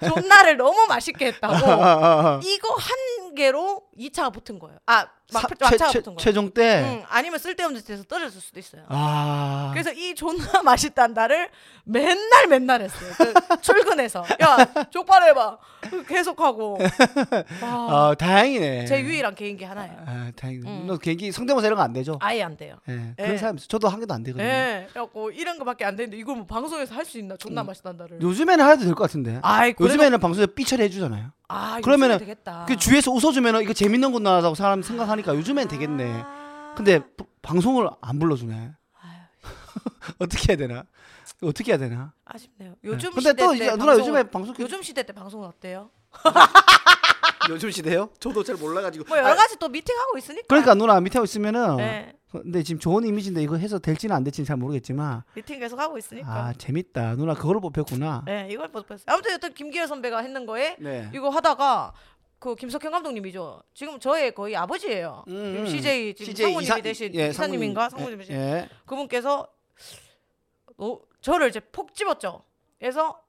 Speaker 1: 존나를 너무 맛있게 했다고
Speaker 2: 어, 어, 어.
Speaker 1: 이거 한 개로 2차가 붙은 거예요. 아, 막
Speaker 2: 사-
Speaker 1: 표- 막차가
Speaker 2: 최-
Speaker 1: 붙은 거야.
Speaker 2: 최종 네. 때.
Speaker 1: 응, 아니면 쓸데없는 데서 떨어졌을 수도 있어요.
Speaker 2: 아.
Speaker 1: 그래서 이 존나 맛있단다를 맨날 맨날 했어요. 그 출근해서 야 족발 해봐 계속 하고. 와,
Speaker 2: 아, 다행이네.
Speaker 1: 제 유일한 개인기 하나예요.
Speaker 2: 아, 다행이네.
Speaker 1: 음.
Speaker 2: 너 개인기 성대모사 이런 거 안 되죠?
Speaker 1: 아예 안 돼요.
Speaker 2: 예. 그런
Speaker 1: 예.
Speaker 2: 사람 있어. 저도 한 개도 안 되거든요.
Speaker 1: 예, 그래갖고 이런 거밖에 안 되는데 이걸 뭐 방송에서 할 수 있나 존나 맛있단다를.
Speaker 2: 음. 요즘에는 해도 될 것 같은데.
Speaker 1: 아이 그래도-
Speaker 2: 요즘에는 방송에 서 삐처리 해주잖아요.
Speaker 1: 아
Speaker 2: 그러면은
Speaker 1: 요즘은 되겠다.
Speaker 2: 그 주위에서 웃어주면 이거 재밌는 거나라고 사람 생각하니까 요즘엔 되겠네.
Speaker 1: 아.
Speaker 2: 근데 부- 방송을 안 불러주네. 어떻게 해야 되나? 어떻게 해야 되나?
Speaker 1: 아쉽네요. 요즘
Speaker 2: 예. 근데
Speaker 1: 시대
Speaker 2: 또
Speaker 1: 때
Speaker 2: 이제 누나
Speaker 1: 방송은-
Speaker 2: 요즘에 그 방송
Speaker 1: 요즘 시대 때 방송은 어때요?
Speaker 2: 요즘 시대요? 저도 잘 몰라가지고.
Speaker 1: 뭐 여러
Speaker 2: 아,
Speaker 1: 가지 아. 또 미팅 하고 있으니까.
Speaker 2: 그러니까 누나 밑에 있으면은
Speaker 1: 예,
Speaker 2: 근데 지금 좋은 이미지인데 이거 해서 될지는 안 될지는 잘 모르겠지만
Speaker 1: 미팅 계속 하고 있으니까.
Speaker 2: 아 재밌다 누나 그거를 뽑혔구나.
Speaker 1: 네, 이걸 못 봤어요. 아무튼 여튼 김기열 선배가 했는 거에
Speaker 2: 네.
Speaker 1: 이거 하다가 그 김석현 감독님이죠. 지금 저의 거의 아버지예요.
Speaker 2: 음,
Speaker 1: 지금
Speaker 2: 음.
Speaker 1: CJ 지금 상무님이 되신 이사님인가 상무님 되신
Speaker 2: 예.
Speaker 1: 그분께서 너, 저를 이제 폭 집었죠. 그래서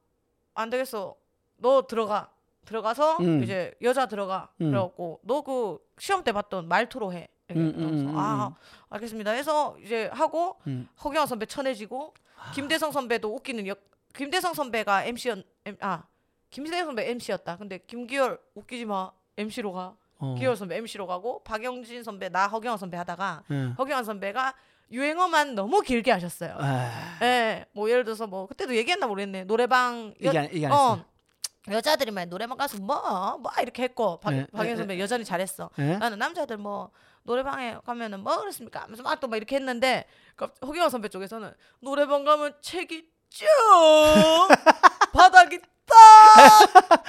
Speaker 1: 안 되겠어. 너 들어가. 들어가서
Speaker 2: 음.
Speaker 1: 이제 여자 들어가.
Speaker 2: 음.
Speaker 1: 그래갖고 너 그 시험 때 봤던 말투로 해. 이렇게
Speaker 2: 음, 음,
Speaker 1: 하면서
Speaker 2: 음,
Speaker 1: 아 알겠습니다. 해서 이제 하고
Speaker 2: 음.
Speaker 1: 허경환 선배 천해지고
Speaker 2: 아.
Speaker 1: 김대성 선배도 웃기는 역 김대성 선배가 MC였 아 김대성 선배 MC였다. 근데 김기열 웃기지 마 MC로 가.
Speaker 2: 어.
Speaker 1: 기열 선배 MC로 가고 박영진 선배 나 허경환 선배 하다가
Speaker 2: 예.
Speaker 1: 허경환 선배가 유행어만 너무 길게 하셨어요.
Speaker 2: 아,
Speaker 1: 예, 뭐 예를 들어서 뭐 그때도 얘기했나 모르겠네. 노래방 여,
Speaker 2: 이게 안- 이게 안
Speaker 1: 어, 여자들이 막 노래방 가서 뭐뭐 이렇게 했고 박,
Speaker 2: 네.
Speaker 1: 박영진
Speaker 2: 네,
Speaker 1: 선배 여전히 잘했어.
Speaker 2: 예?
Speaker 1: 나는 남자들 뭐 노래방에 가면은 뭐 그랬습니까? 하면서 막 또 막 이렇게 했는데 갑- 허경환 선배 쪽에서는 노래방 가면 책이 쭉 바닥이 딱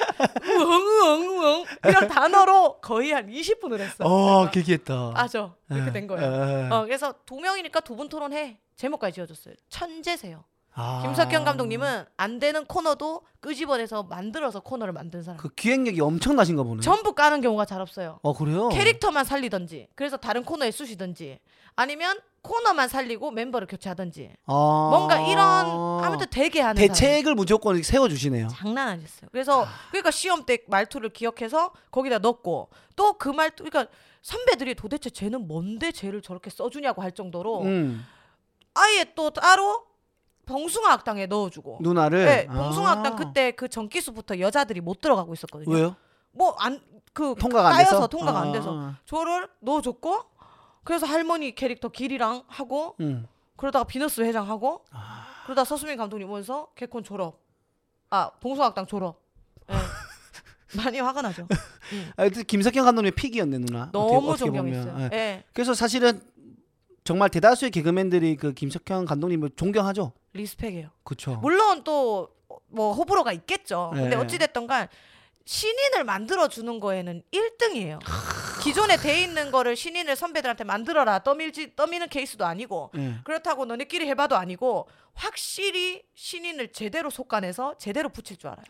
Speaker 1: 우엉우엉우엉 이런 단어로 거의 한 20분을 했어.
Speaker 2: 어, 기기했다.
Speaker 1: 아, 아죠 이렇게 된 거예요.
Speaker 2: 예.
Speaker 1: 어, 그래서 두 명이니까 두 분 토론해 제목까지 지어줬어요. 천재세요.
Speaker 2: 아.
Speaker 1: 김석현 감독님은 안 되는 코너도 끄집어내서 만들어서 코너를 만든 사람.
Speaker 2: 그 기획력이 엄청나신가 보네.
Speaker 1: 전부 까는 경우가 잘 없어요.
Speaker 2: 어 그래요?
Speaker 1: 캐릭터만 살리던지 그래서 다른 코너에 쑤시던지 아니면 코너만 살리고 멤버를 교체하던지
Speaker 2: 아.
Speaker 1: 뭔가 이런 아무튼 되게 하는 사람.
Speaker 2: 대책을 무조건 세워 주시네요.
Speaker 1: 장난 아니었어요. 그래서 그러니까 시험 때 말투를 기억해서 거기다 넣고 또 그 말투 그러니까 선배들이 도대체 쟤는 뭔데 쟤를 저렇게 써주냐고 할 정도로
Speaker 2: 음.
Speaker 1: 아예 또 따로 봉숭아 학당에 넣어주고
Speaker 2: 누나를.
Speaker 1: 네, 봉숭아
Speaker 2: 아.
Speaker 1: 학당 그때 그 전기수부터 여자들이 못 들어가고 있었거든요.
Speaker 2: 왜요?
Speaker 1: 뭐 안 그
Speaker 2: 통과가 안 돼서.
Speaker 1: 까여서 통과가 안 돼서
Speaker 2: 아.
Speaker 1: 저를 넣어줬고 그래서 할머니 캐릭터 길이랑 하고
Speaker 2: 음.
Speaker 1: 그러다가 비너스 회장 하고
Speaker 2: 아.
Speaker 1: 그러다 서수민 감독님 오면서 개콘 졸업 아 봉숭아학당 졸업 예. 많이 화가 나죠
Speaker 2: 아, 하여튼 김석현 감독님의 픽이었네 누나.
Speaker 1: 너무
Speaker 2: 어떻게- 어떻게 보면.
Speaker 1: 존경했어요
Speaker 2: 예.
Speaker 1: 예.
Speaker 2: 그래서 사실은 정말 대다수의 개그맨들이 그 김석현 감독님을 존경하죠.
Speaker 1: 리스펙이에요
Speaker 2: 그렇죠.
Speaker 1: 물론 또 뭐 호불호가 있겠죠 근데
Speaker 2: 네.
Speaker 1: 어찌됐든 간 신인을 만들어주는 거에는 1등이에요 기존에 돼 있는 거를 신인을 선배들한테 만들어라 떠밀지 떠미는 케이스도 아니고
Speaker 2: 예.
Speaker 1: 그렇다고 너네끼리 해봐도 아니고 확실히 신인을 제대로 속간해서 제대로 붙일 줄 알아요.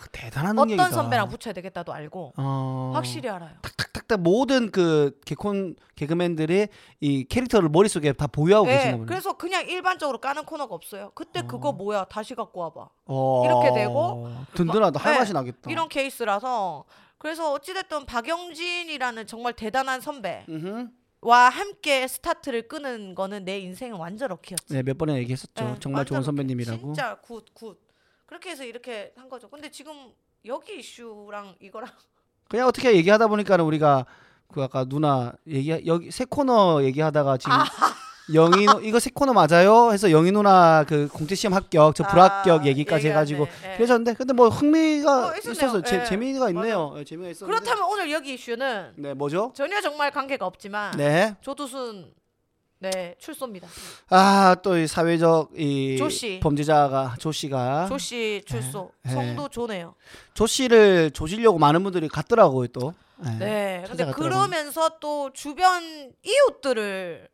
Speaker 2: 그 대단한
Speaker 1: 어떤
Speaker 2: 능력이다.
Speaker 1: 선배랑 붙여야 되겠다도 알고
Speaker 2: 어.
Speaker 1: 확실히 알아요.
Speaker 2: 탁탁탁 모든 그 개콘 개그맨들이 이 캐릭터를 머릿속에 다 보유하고 계시나 보네.
Speaker 1: 예, 그래서 그냥 일반적으로 까는 코너가 없어요. 그때 그거 뭐야 다시 갖고 와봐
Speaker 2: 어.
Speaker 1: 이렇게 되고
Speaker 2: 든든하다.
Speaker 1: 막-
Speaker 2: 할
Speaker 1: 예,
Speaker 2: 맛이 나겠다.
Speaker 1: 이런 케이스라서 그래서 어찌됐든 박영진이라는 정말 대단한 선배와
Speaker 2: 음흠.
Speaker 1: 함께 스타트를 끄는 거는 내 인생은 완전 럭키였죠.
Speaker 2: 네, 몇 번이나 얘기했었죠.
Speaker 1: 예,
Speaker 2: 정말 좋은
Speaker 1: 완전
Speaker 2: 선배님이라고.
Speaker 1: 진짜 굿 굿. 그렇게 해서 이렇게 한 거죠. 근데 지금 여기 이슈랑 이거랑
Speaker 2: 그냥 어떻게 얘기하다 보니까는 우리가 그 아까 누나 얘기 여기 세 코너 얘기하다가 지금
Speaker 1: 아.
Speaker 2: 영희 누- 이거 세 코너 맞아요? 해서 영희 누나 그 공채 시험 합격 저
Speaker 1: 아,
Speaker 2: 불합격 얘기까지
Speaker 1: 얘기하네.
Speaker 2: 해가지고
Speaker 1: 예.
Speaker 2: 그러셨는데 근데 뭐 흥미가
Speaker 1: 어, 있었네요.
Speaker 2: 있어서 재-
Speaker 1: 예.
Speaker 2: 재미가 있네요. 예, 재미가 있었는데
Speaker 1: 그렇다면 오늘 여기 이슈는
Speaker 2: 네 뭐죠?
Speaker 1: 전혀 정말 관계가 없지만
Speaker 2: 네.
Speaker 1: 조두순 네 출소입니다.
Speaker 2: 아 또 이 사회적 이
Speaker 1: 조 씨.
Speaker 2: 범죄자가 조 씨가 조,
Speaker 1: 조 씨 출소
Speaker 2: 아. 네.
Speaker 1: 성도 조네요.
Speaker 2: 씨를 조지려고 많은 분들이 갔더라고요 또. 예.
Speaker 1: 네. 근데
Speaker 2: 찾아갔더라고요.
Speaker 1: 그러면서 또 주변 이웃들을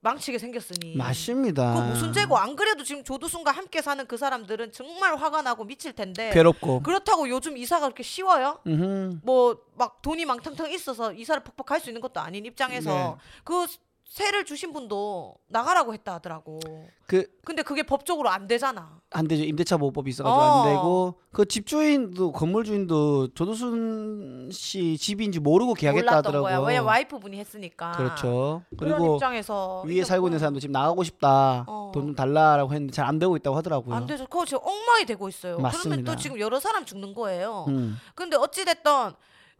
Speaker 1: 망치게 생겼으니
Speaker 2: 맞습니다.
Speaker 1: 네. 그거 무슨 죄고 안 그래도 지금 조두순과 함께 사는 그 사람들은 정말 화가 나고 미칠 텐데
Speaker 2: 괴롭고.
Speaker 1: 그렇다고 요즘 이사가 그렇게 쉬워요?
Speaker 2: 음흠. 네.
Speaker 1: 뭐 막 돈이 망탕탕 있어서 이사를 퍽퍽 할 수 있는 것도 아닌 입장에서 그 세를 주신 분도 나가라고 했다 하더라고.
Speaker 2: 그-
Speaker 1: 근데 그게 법적으로 안 되잖아.
Speaker 2: 안 되죠. 임대차 보호법이 있어가지고
Speaker 1: 어.
Speaker 2: 안 되고 그 집주인도 건물 주인도 조두순 씨 집인지 모르고 계약했다
Speaker 1: 몰랐던 거야.
Speaker 2: 하더라고요.
Speaker 1: 왜냐 와이프분이 했으니까.
Speaker 2: 그렇죠.
Speaker 1: 그런
Speaker 2: 그리고
Speaker 1: 입장에서
Speaker 2: 위에
Speaker 1: 이게 뭐
Speaker 2: 살고 있는 사람도 지금 나가고 싶다.
Speaker 1: 어.
Speaker 2: 돈 좀 달라라고 했는데 잘 안 되고 있다고 하더라고요.
Speaker 1: 안 돼서 그거 지금 엉망이 되고 있어요. 그러면
Speaker 2: 맞습니다.
Speaker 1: 또 지금 여러 사람 죽는 거예요.
Speaker 2: 음.
Speaker 1: 근데 어찌됐던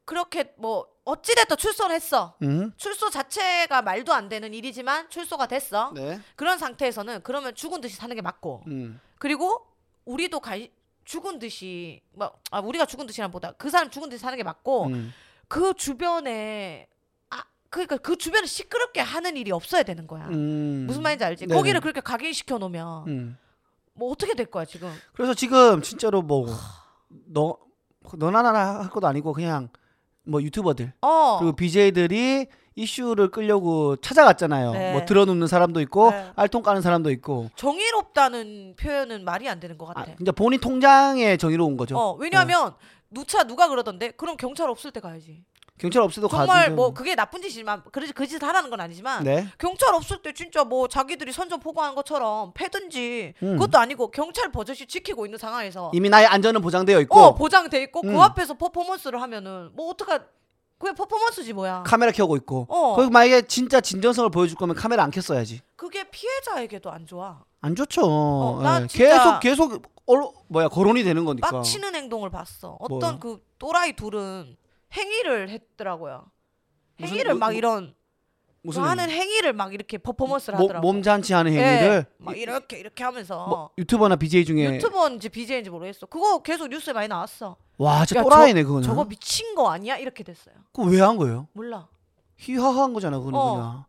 Speaker 1: 그렇게 뭐 어찌됐든 출소를 했어.
Speaker 2: 음.
Speaker 1: 출소 자체가 말도 안 되는 일이지만 출소가 됐어.
Speaker 2: 네.
Speaker 1: 그런 상태에서는 그러면 죽은 듯이 사는 게 맞고
Speaker 2: 음.
Speaker 1: 그리고 우리도 갈 죽은 듯이 막 아, 우리가 죽은 듯이란 보다 그 사람 죽은 듯이 사는 게 맞고
Speaker 2: 음.
Speaker 1: 그 주변에 아 그러니까 그 주변을 시끄럽게 하는 일이 없어야 되는 거야.
Speaker 2: 음.
Speaker 1: 아, 무슨 말인지 알지?
Speaker 2: 네네.
Speaker 1: 거기를 그렇게 각인시켜 놓으면
Speaker 2: 음.
Speaker 1: 뭐 어떻게 될 거야 지금?
Speaker 2: 그래서 지금 진짜로 뭐 뭐너 너나 나나 할 것도 아니고 그냥 뭐 유튜버들
Speaker 1: 어.
Speaker 2: 그리고 BJ들이 이슈를 끌려고 찾아갔잖아요.
Speaker 1: 네.
Speaker 2: 뭐 들어눕는 사람도 있고
Speaker 1: 네.
Speaker 2: 알통 까는 사람도 있고.
Speaker 1: 정의롭다는 표현은 말이 안 되는 것
Speaker 2: 아,
Speaker 1: 같아. 네.
Speaker 2: 진짜 본인 통장에 정의로운 거죠. 네.
Speaker 1: 어, 왜냐하면 누차 누가 그러던데 그럼 경찰 없을 때 가야지.
Speaker 2: 경찰 없어도
Speaker 1: 정말
Speaker 2: 가든
Speaker 1: 뭐 그게 나쁜 짓이지만 그러지 그 짓을 하라는 건 아니지만
Speaker 2: 네.
Speaker 1: 경찰 없을 때 진짜 뭐 자기들이 선전 포고한 것처럼 패든지
Speaker 2: 음.
Speaker 1: 그것도 아니고 경찰 버젓이 지키고 있는 상황에서
Speaker 2: 이미 나의 안전은 보장되어 있고
Speaker 1: 어 보장돼 있고
Speaker 2: 음.
Speaker 1: 그 앞에서 퍼포먼스를 하면은 뭐 어떡하 그게 퍼포먼스지 뭐야.
Speaker 2: 카메라 켜고 있고.
Speaker 1: 어.
Speaker 2: 거기 만약에 진짜 진정성을 보여줄 거면 카메라 안 켰어야지.
Speaker 1: 그게 피해자에게도 안 좋아.
Speaker 2: 안 좋죠.
Speaker 1: 어, 난
Speaker 2: 예.
Speaker 1: 진짜-
Speaker 2: 계속 계속 얼 뭐야 거론이 되는 거니까.
Speaker 1: 빡치는 행동을 봤어. 어떤
Speaker 2: 그러니까. 뭐요?
Speaker 1: 그 또라이 둘은 행위를 했더라고요.
Speaker 2: 무슨-
Speaker 1: 행위를
Speaker 2: 뭐-
Speaker 1: 막
Speaker 2: 뭐-
Speaker 1: 이런
Speaker 2: 무슨
Speaker 1: 하는 행위를 막 이렇게 퍼포먼스를
Speaker 2: 모-
Speaker 1: 하더라고.
Speaker 2: 몸잔치 하는
Speaker 1: 예,
Speaker 2: 행위를
Speaker 1: 막 이렇게 이렇게 하면서
Speaker 2: 뭐, 예. 유튜버나 BJ 중에
Speaker 1: 유튜버인지 BJ인지 모르겠어. 그거 계속 뉴스에 많이 나왔어.
Speaker 2: 와, 진짜
Speaker 1: 야,
Speaker 2: 또라이네 그거는.
Speaker 1: 저거 미친 거 아니야? 이렇게 됐어요.
Speaker 2: 그거 왜 한 거예요?
Speaker 1: 몰라.
Speaker 2: 희화화한 거잖아, 그거는
Speaker 1: 어.
Speaker 2: 그냥.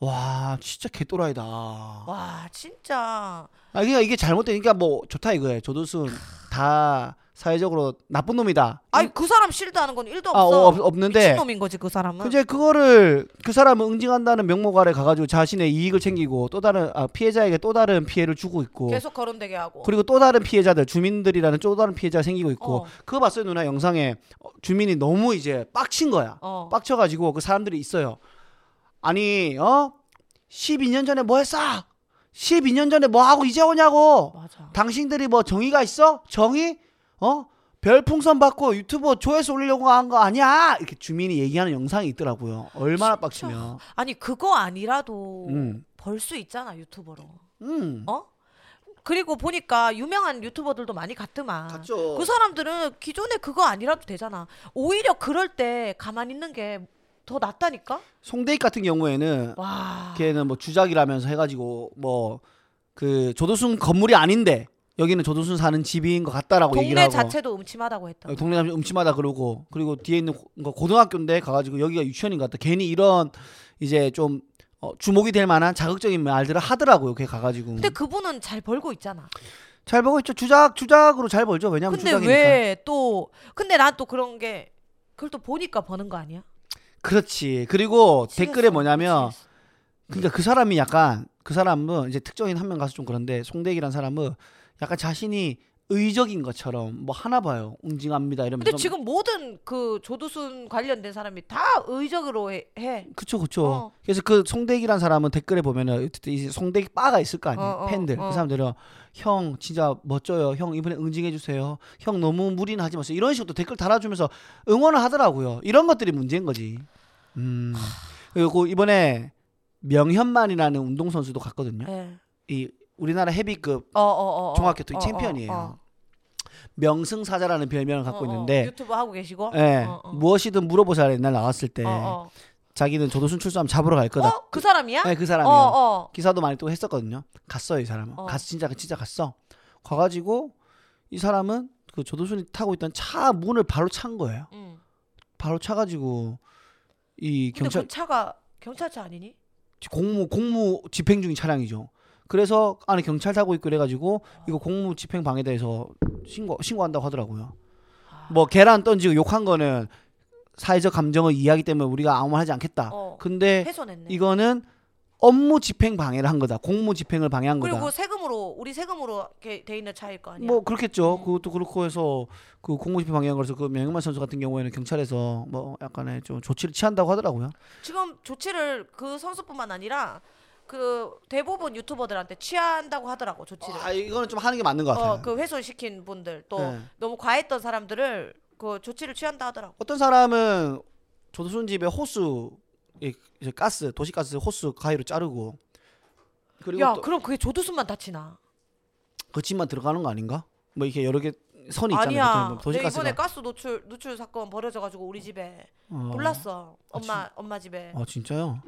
Speaker 2: 와, 진짜 개또라이다.
Speaker 1: 와 진짜
Speaker 2: 아, 그러니까 이게 잘못되니까 뭐 좋다 이거예요. 조두순 다 사회적으로 나쁜 놈이다.
Speaker 1: 아니 그 사람 실드하는 건 1도
Speaker 2: 아,
Speaker 1: 없어
Speaker 2: 어, 없, 없는데
Speaker 1: 미친놈인 거지 그 사람은
Speaker 2: 이제 그거를 그 사람은 응징한다는 명목 아래 가가지고 자신의 이익을 챙기고 또 다른 아, 피해자에게 또 다른 피해를 주고 있고
Speaker 1: 계속 거론되게 하고
Speaker 2: 뭐. 그리고 또 다른 피해자들 주민들이라는 또 다른 피해자가 생기고 있고
Speaker 1: 어.
Speaker 2: 그거 봤어요 누나 영상에 어, 주민이 너무 이제 빡친 거야
Speaker 1: 어.
Speaker 2: 빡쳐가지고 그 사람들이 있어요. 아니 어 12년 전에 뭐 했어? 12년 전에 뭐 하고 이제 오냐고?
Speaker 1: 맞아
Speaker 2: 당신들이 뭐 정의가 있어? 정의? 어? 별풍선 받고 유튜브 조회수 올리려고 한 거 아니야? 이렇게 주민이 얘기하는 영상이 있더라고요. 얼마나 빡치면?
Speaker 1: 아니 그거 아니라도
Speaker 2: 음,
Speaker 1: 벌 수 있잖아 유튜버로
Speaker 2: 음,
Speaker 1: 어? 그리고 보니까 유명한 유튜버들도 많이 갔더만
Speaker 2: 갔죠.
Speaker 1: 그 사람들은 기존에 그거 아니라도 되잖아 오히려 그럴 때 가만히 있는 게 더 낫다니까
Speaker 2: 송대익 같은 경우에는
Speaker 1: 와
Speaker 2: 걔는 뭐 주작이라면서 해가지고 뭐 그 조도순 건물이 아닌데 여기는 조도순 사는 집인 것 같다라고 얘기를
Speaker 1: 동네
Speaker 2: 하고.
Speaker 1: 자체도 음침하다고 했다
Speaker 2: 어, 동네 잠시 음침하다 그러고 그리고 뒤에 있는 고- 뭐 고등학교인데 가가지고 여기가 유치원인 것 같다 괜히 이런 이제 좀 어, 주목이 될 만한 자극적인 말들을 하더라고요 걔 가가지고
Speaker 1: 근데 그분은 잘 벌고 있잖아
Speaker 2: 잘 보고 있죠 주작 주작으로 잘 벌죠 왜냐면
Speaker 1: 근데
Speaker 2: 주작이니까
Speaker 1: 왜 또 근데 난 또 그런 게 그걸 또 보니까 버는 거 아니야?
Speaker 2: 그렇지 그리고
Speaker 1: 미치겠어,
Speaker 2: 뭐 댓글에 뭐냐면
Speaker 1: 미치겠어.
Speaker 2: 그러니까 그 사람이 약간 그 사람은 이제 특정인 한 명 가서 좀 그런데 송대기란 사람은 약간 자신이 의적인 것처럼 뭐 하나 봐요 웅징합니다 이러면서
Speaker 1: 근데 지금 모든 그 조두순 관련된 사람이 다 의적으로 해. 해.
Speaker 2: 그쵸 그쵸
Speaker 1: 어.
Speaker 2: 그래서 그 송대기란 사람은 댓글에 보면은 이 송대기 바가 있을 거 아니에요
Speaker 1: 어, 어,
Speaker 2: 팬들
Speaker 1: 어.
Speaker 2: 그 사람들은 형 진짜 멋져요 형 이번에 응징해 주세요 형 너무 무리는 하지 마세요 이런 식으로 또 댓글 달아주면서 응원을 하더라고요 이런 것들이 문제인 거지 음 그리고 이번에 명현만이라는 운동선수도 갔거든요
Speaker 1: 예.
Speaker 2: 이 우리나라 헤비급
Speaker 1: 어, 어, 어.
Speaker 2: 종합격투기
Speaker 1: 어, 어,
Speaker 2: 챔피언이에요
Speaker 1: 어,
Speaker 2: 명승사자라는 별명을
Speaker 1: 어.
Speaker 2: 갖고
Speaker 1: 어, 어.
Speaker 2: 있는데
Speaker 1: 유튜브 하고 계시고.
Speaker 2: 예, 네.
Speaker 1: 어, 어.
Speaker 2: 무엇이든 물어보자 옛날 나왔을 때
Speaker 1: 어, 어.
Speaker 2: 자기는 조도순 출소하면 잡으러 갈 거다
Speaker 1: 어? 그 사람이야?
Speaker 2: 네, 그
Speaker 1: 어,
Speaker 2: 사람이요.
Speaker 1: 어.
Speaker 2: 기사도 많이 또 했었거든요. 갔어요, 이 사람은.
Speaker 1: 어.
Speaker 2: 갔 진짜 진짜 갔어. 가가지고 이 사람은 그 조두순이 타고 있던 차 문을 바로 찬 거예요.
Speaker 1: 음.
Speaker 2: 바로 차가지고 이
Speaker 1: 근데
Speaker 2: 경찰
Speaker 1: 그 차가 경찰차 아니니?
Speaker 2: 공무 공무 집행 중인 차량이죠. 그래서 안에 경찰 타고 있고 그래가지고
Speaker 1: 아.
Speaker 2: 이거 공무 집행 방해돼서 신고 신고한다고 하더라고요.
Speaker 1: 아.
Speaker 2: 뭐 계란 던지고 욕한 거는 사회적 감정을 이해하기 때문에 우리가 아무 말 하지 않겠다.
Speaker 1: 어.
Speaker 2: 근데
Speaker 1: 훼손했네.
Speaker 2: 이거는 업무 집행 방해를 한 거다. 공무 집행을 방해한 거다.
Speaker 1: 그리고 세금으로 우리 세금으로 이렇게 돼 있는 차일 거 아니야. 네.
Speaker 2: 뭐 그렇겠죠. 그것도 그렇고 해서 그 공무집행 방해한 거라서 그 명예만 선수 같은 경우에는 경찰에서 뭐 약간의 좀 조치를 취한다고 하더라고요.
Speaker 1: 지금 조치를 그 선수뿐만 아니라 그 대부분 유튜버들한테 취한다고 하더라고 조치를.
Speaker 2: 아 이거는 좀 하는 게 맞는 것 같아요.
Speaker 1: 어, 그 훼손시킨 분들 또
Speaker 2: 네.
Speaker 1: 너무 과했던 사람들을 그 조치를 취한다 하더라고.
Speaker 2: 어떤 사람은 조수순 집에 호수 이- 이제 가스 도시가스 호수 가위로 자르고 그리고
Speaker 1: 야,
Speaker 2: 또
Speaker 1: 그럼 그게 조두순만 다치나?
Speaker 2: 그 집만 들어가는 거 아닌가? 뭐 이렇게 여러 개 선이 있잖아요.
Speaker 1: 아니야.
Speaker 2: 보통
Speaker 1: 내가
Speaker 2: 도시가스가.
Speaker 1: 이번에 가스 노출 노출 사건 벌어져가지고 우리 집에
Speaker 2: 어.
Speaker 1: 몰랐어. 엄마 엄마 집에.
Speaker 2: 아 진짜요?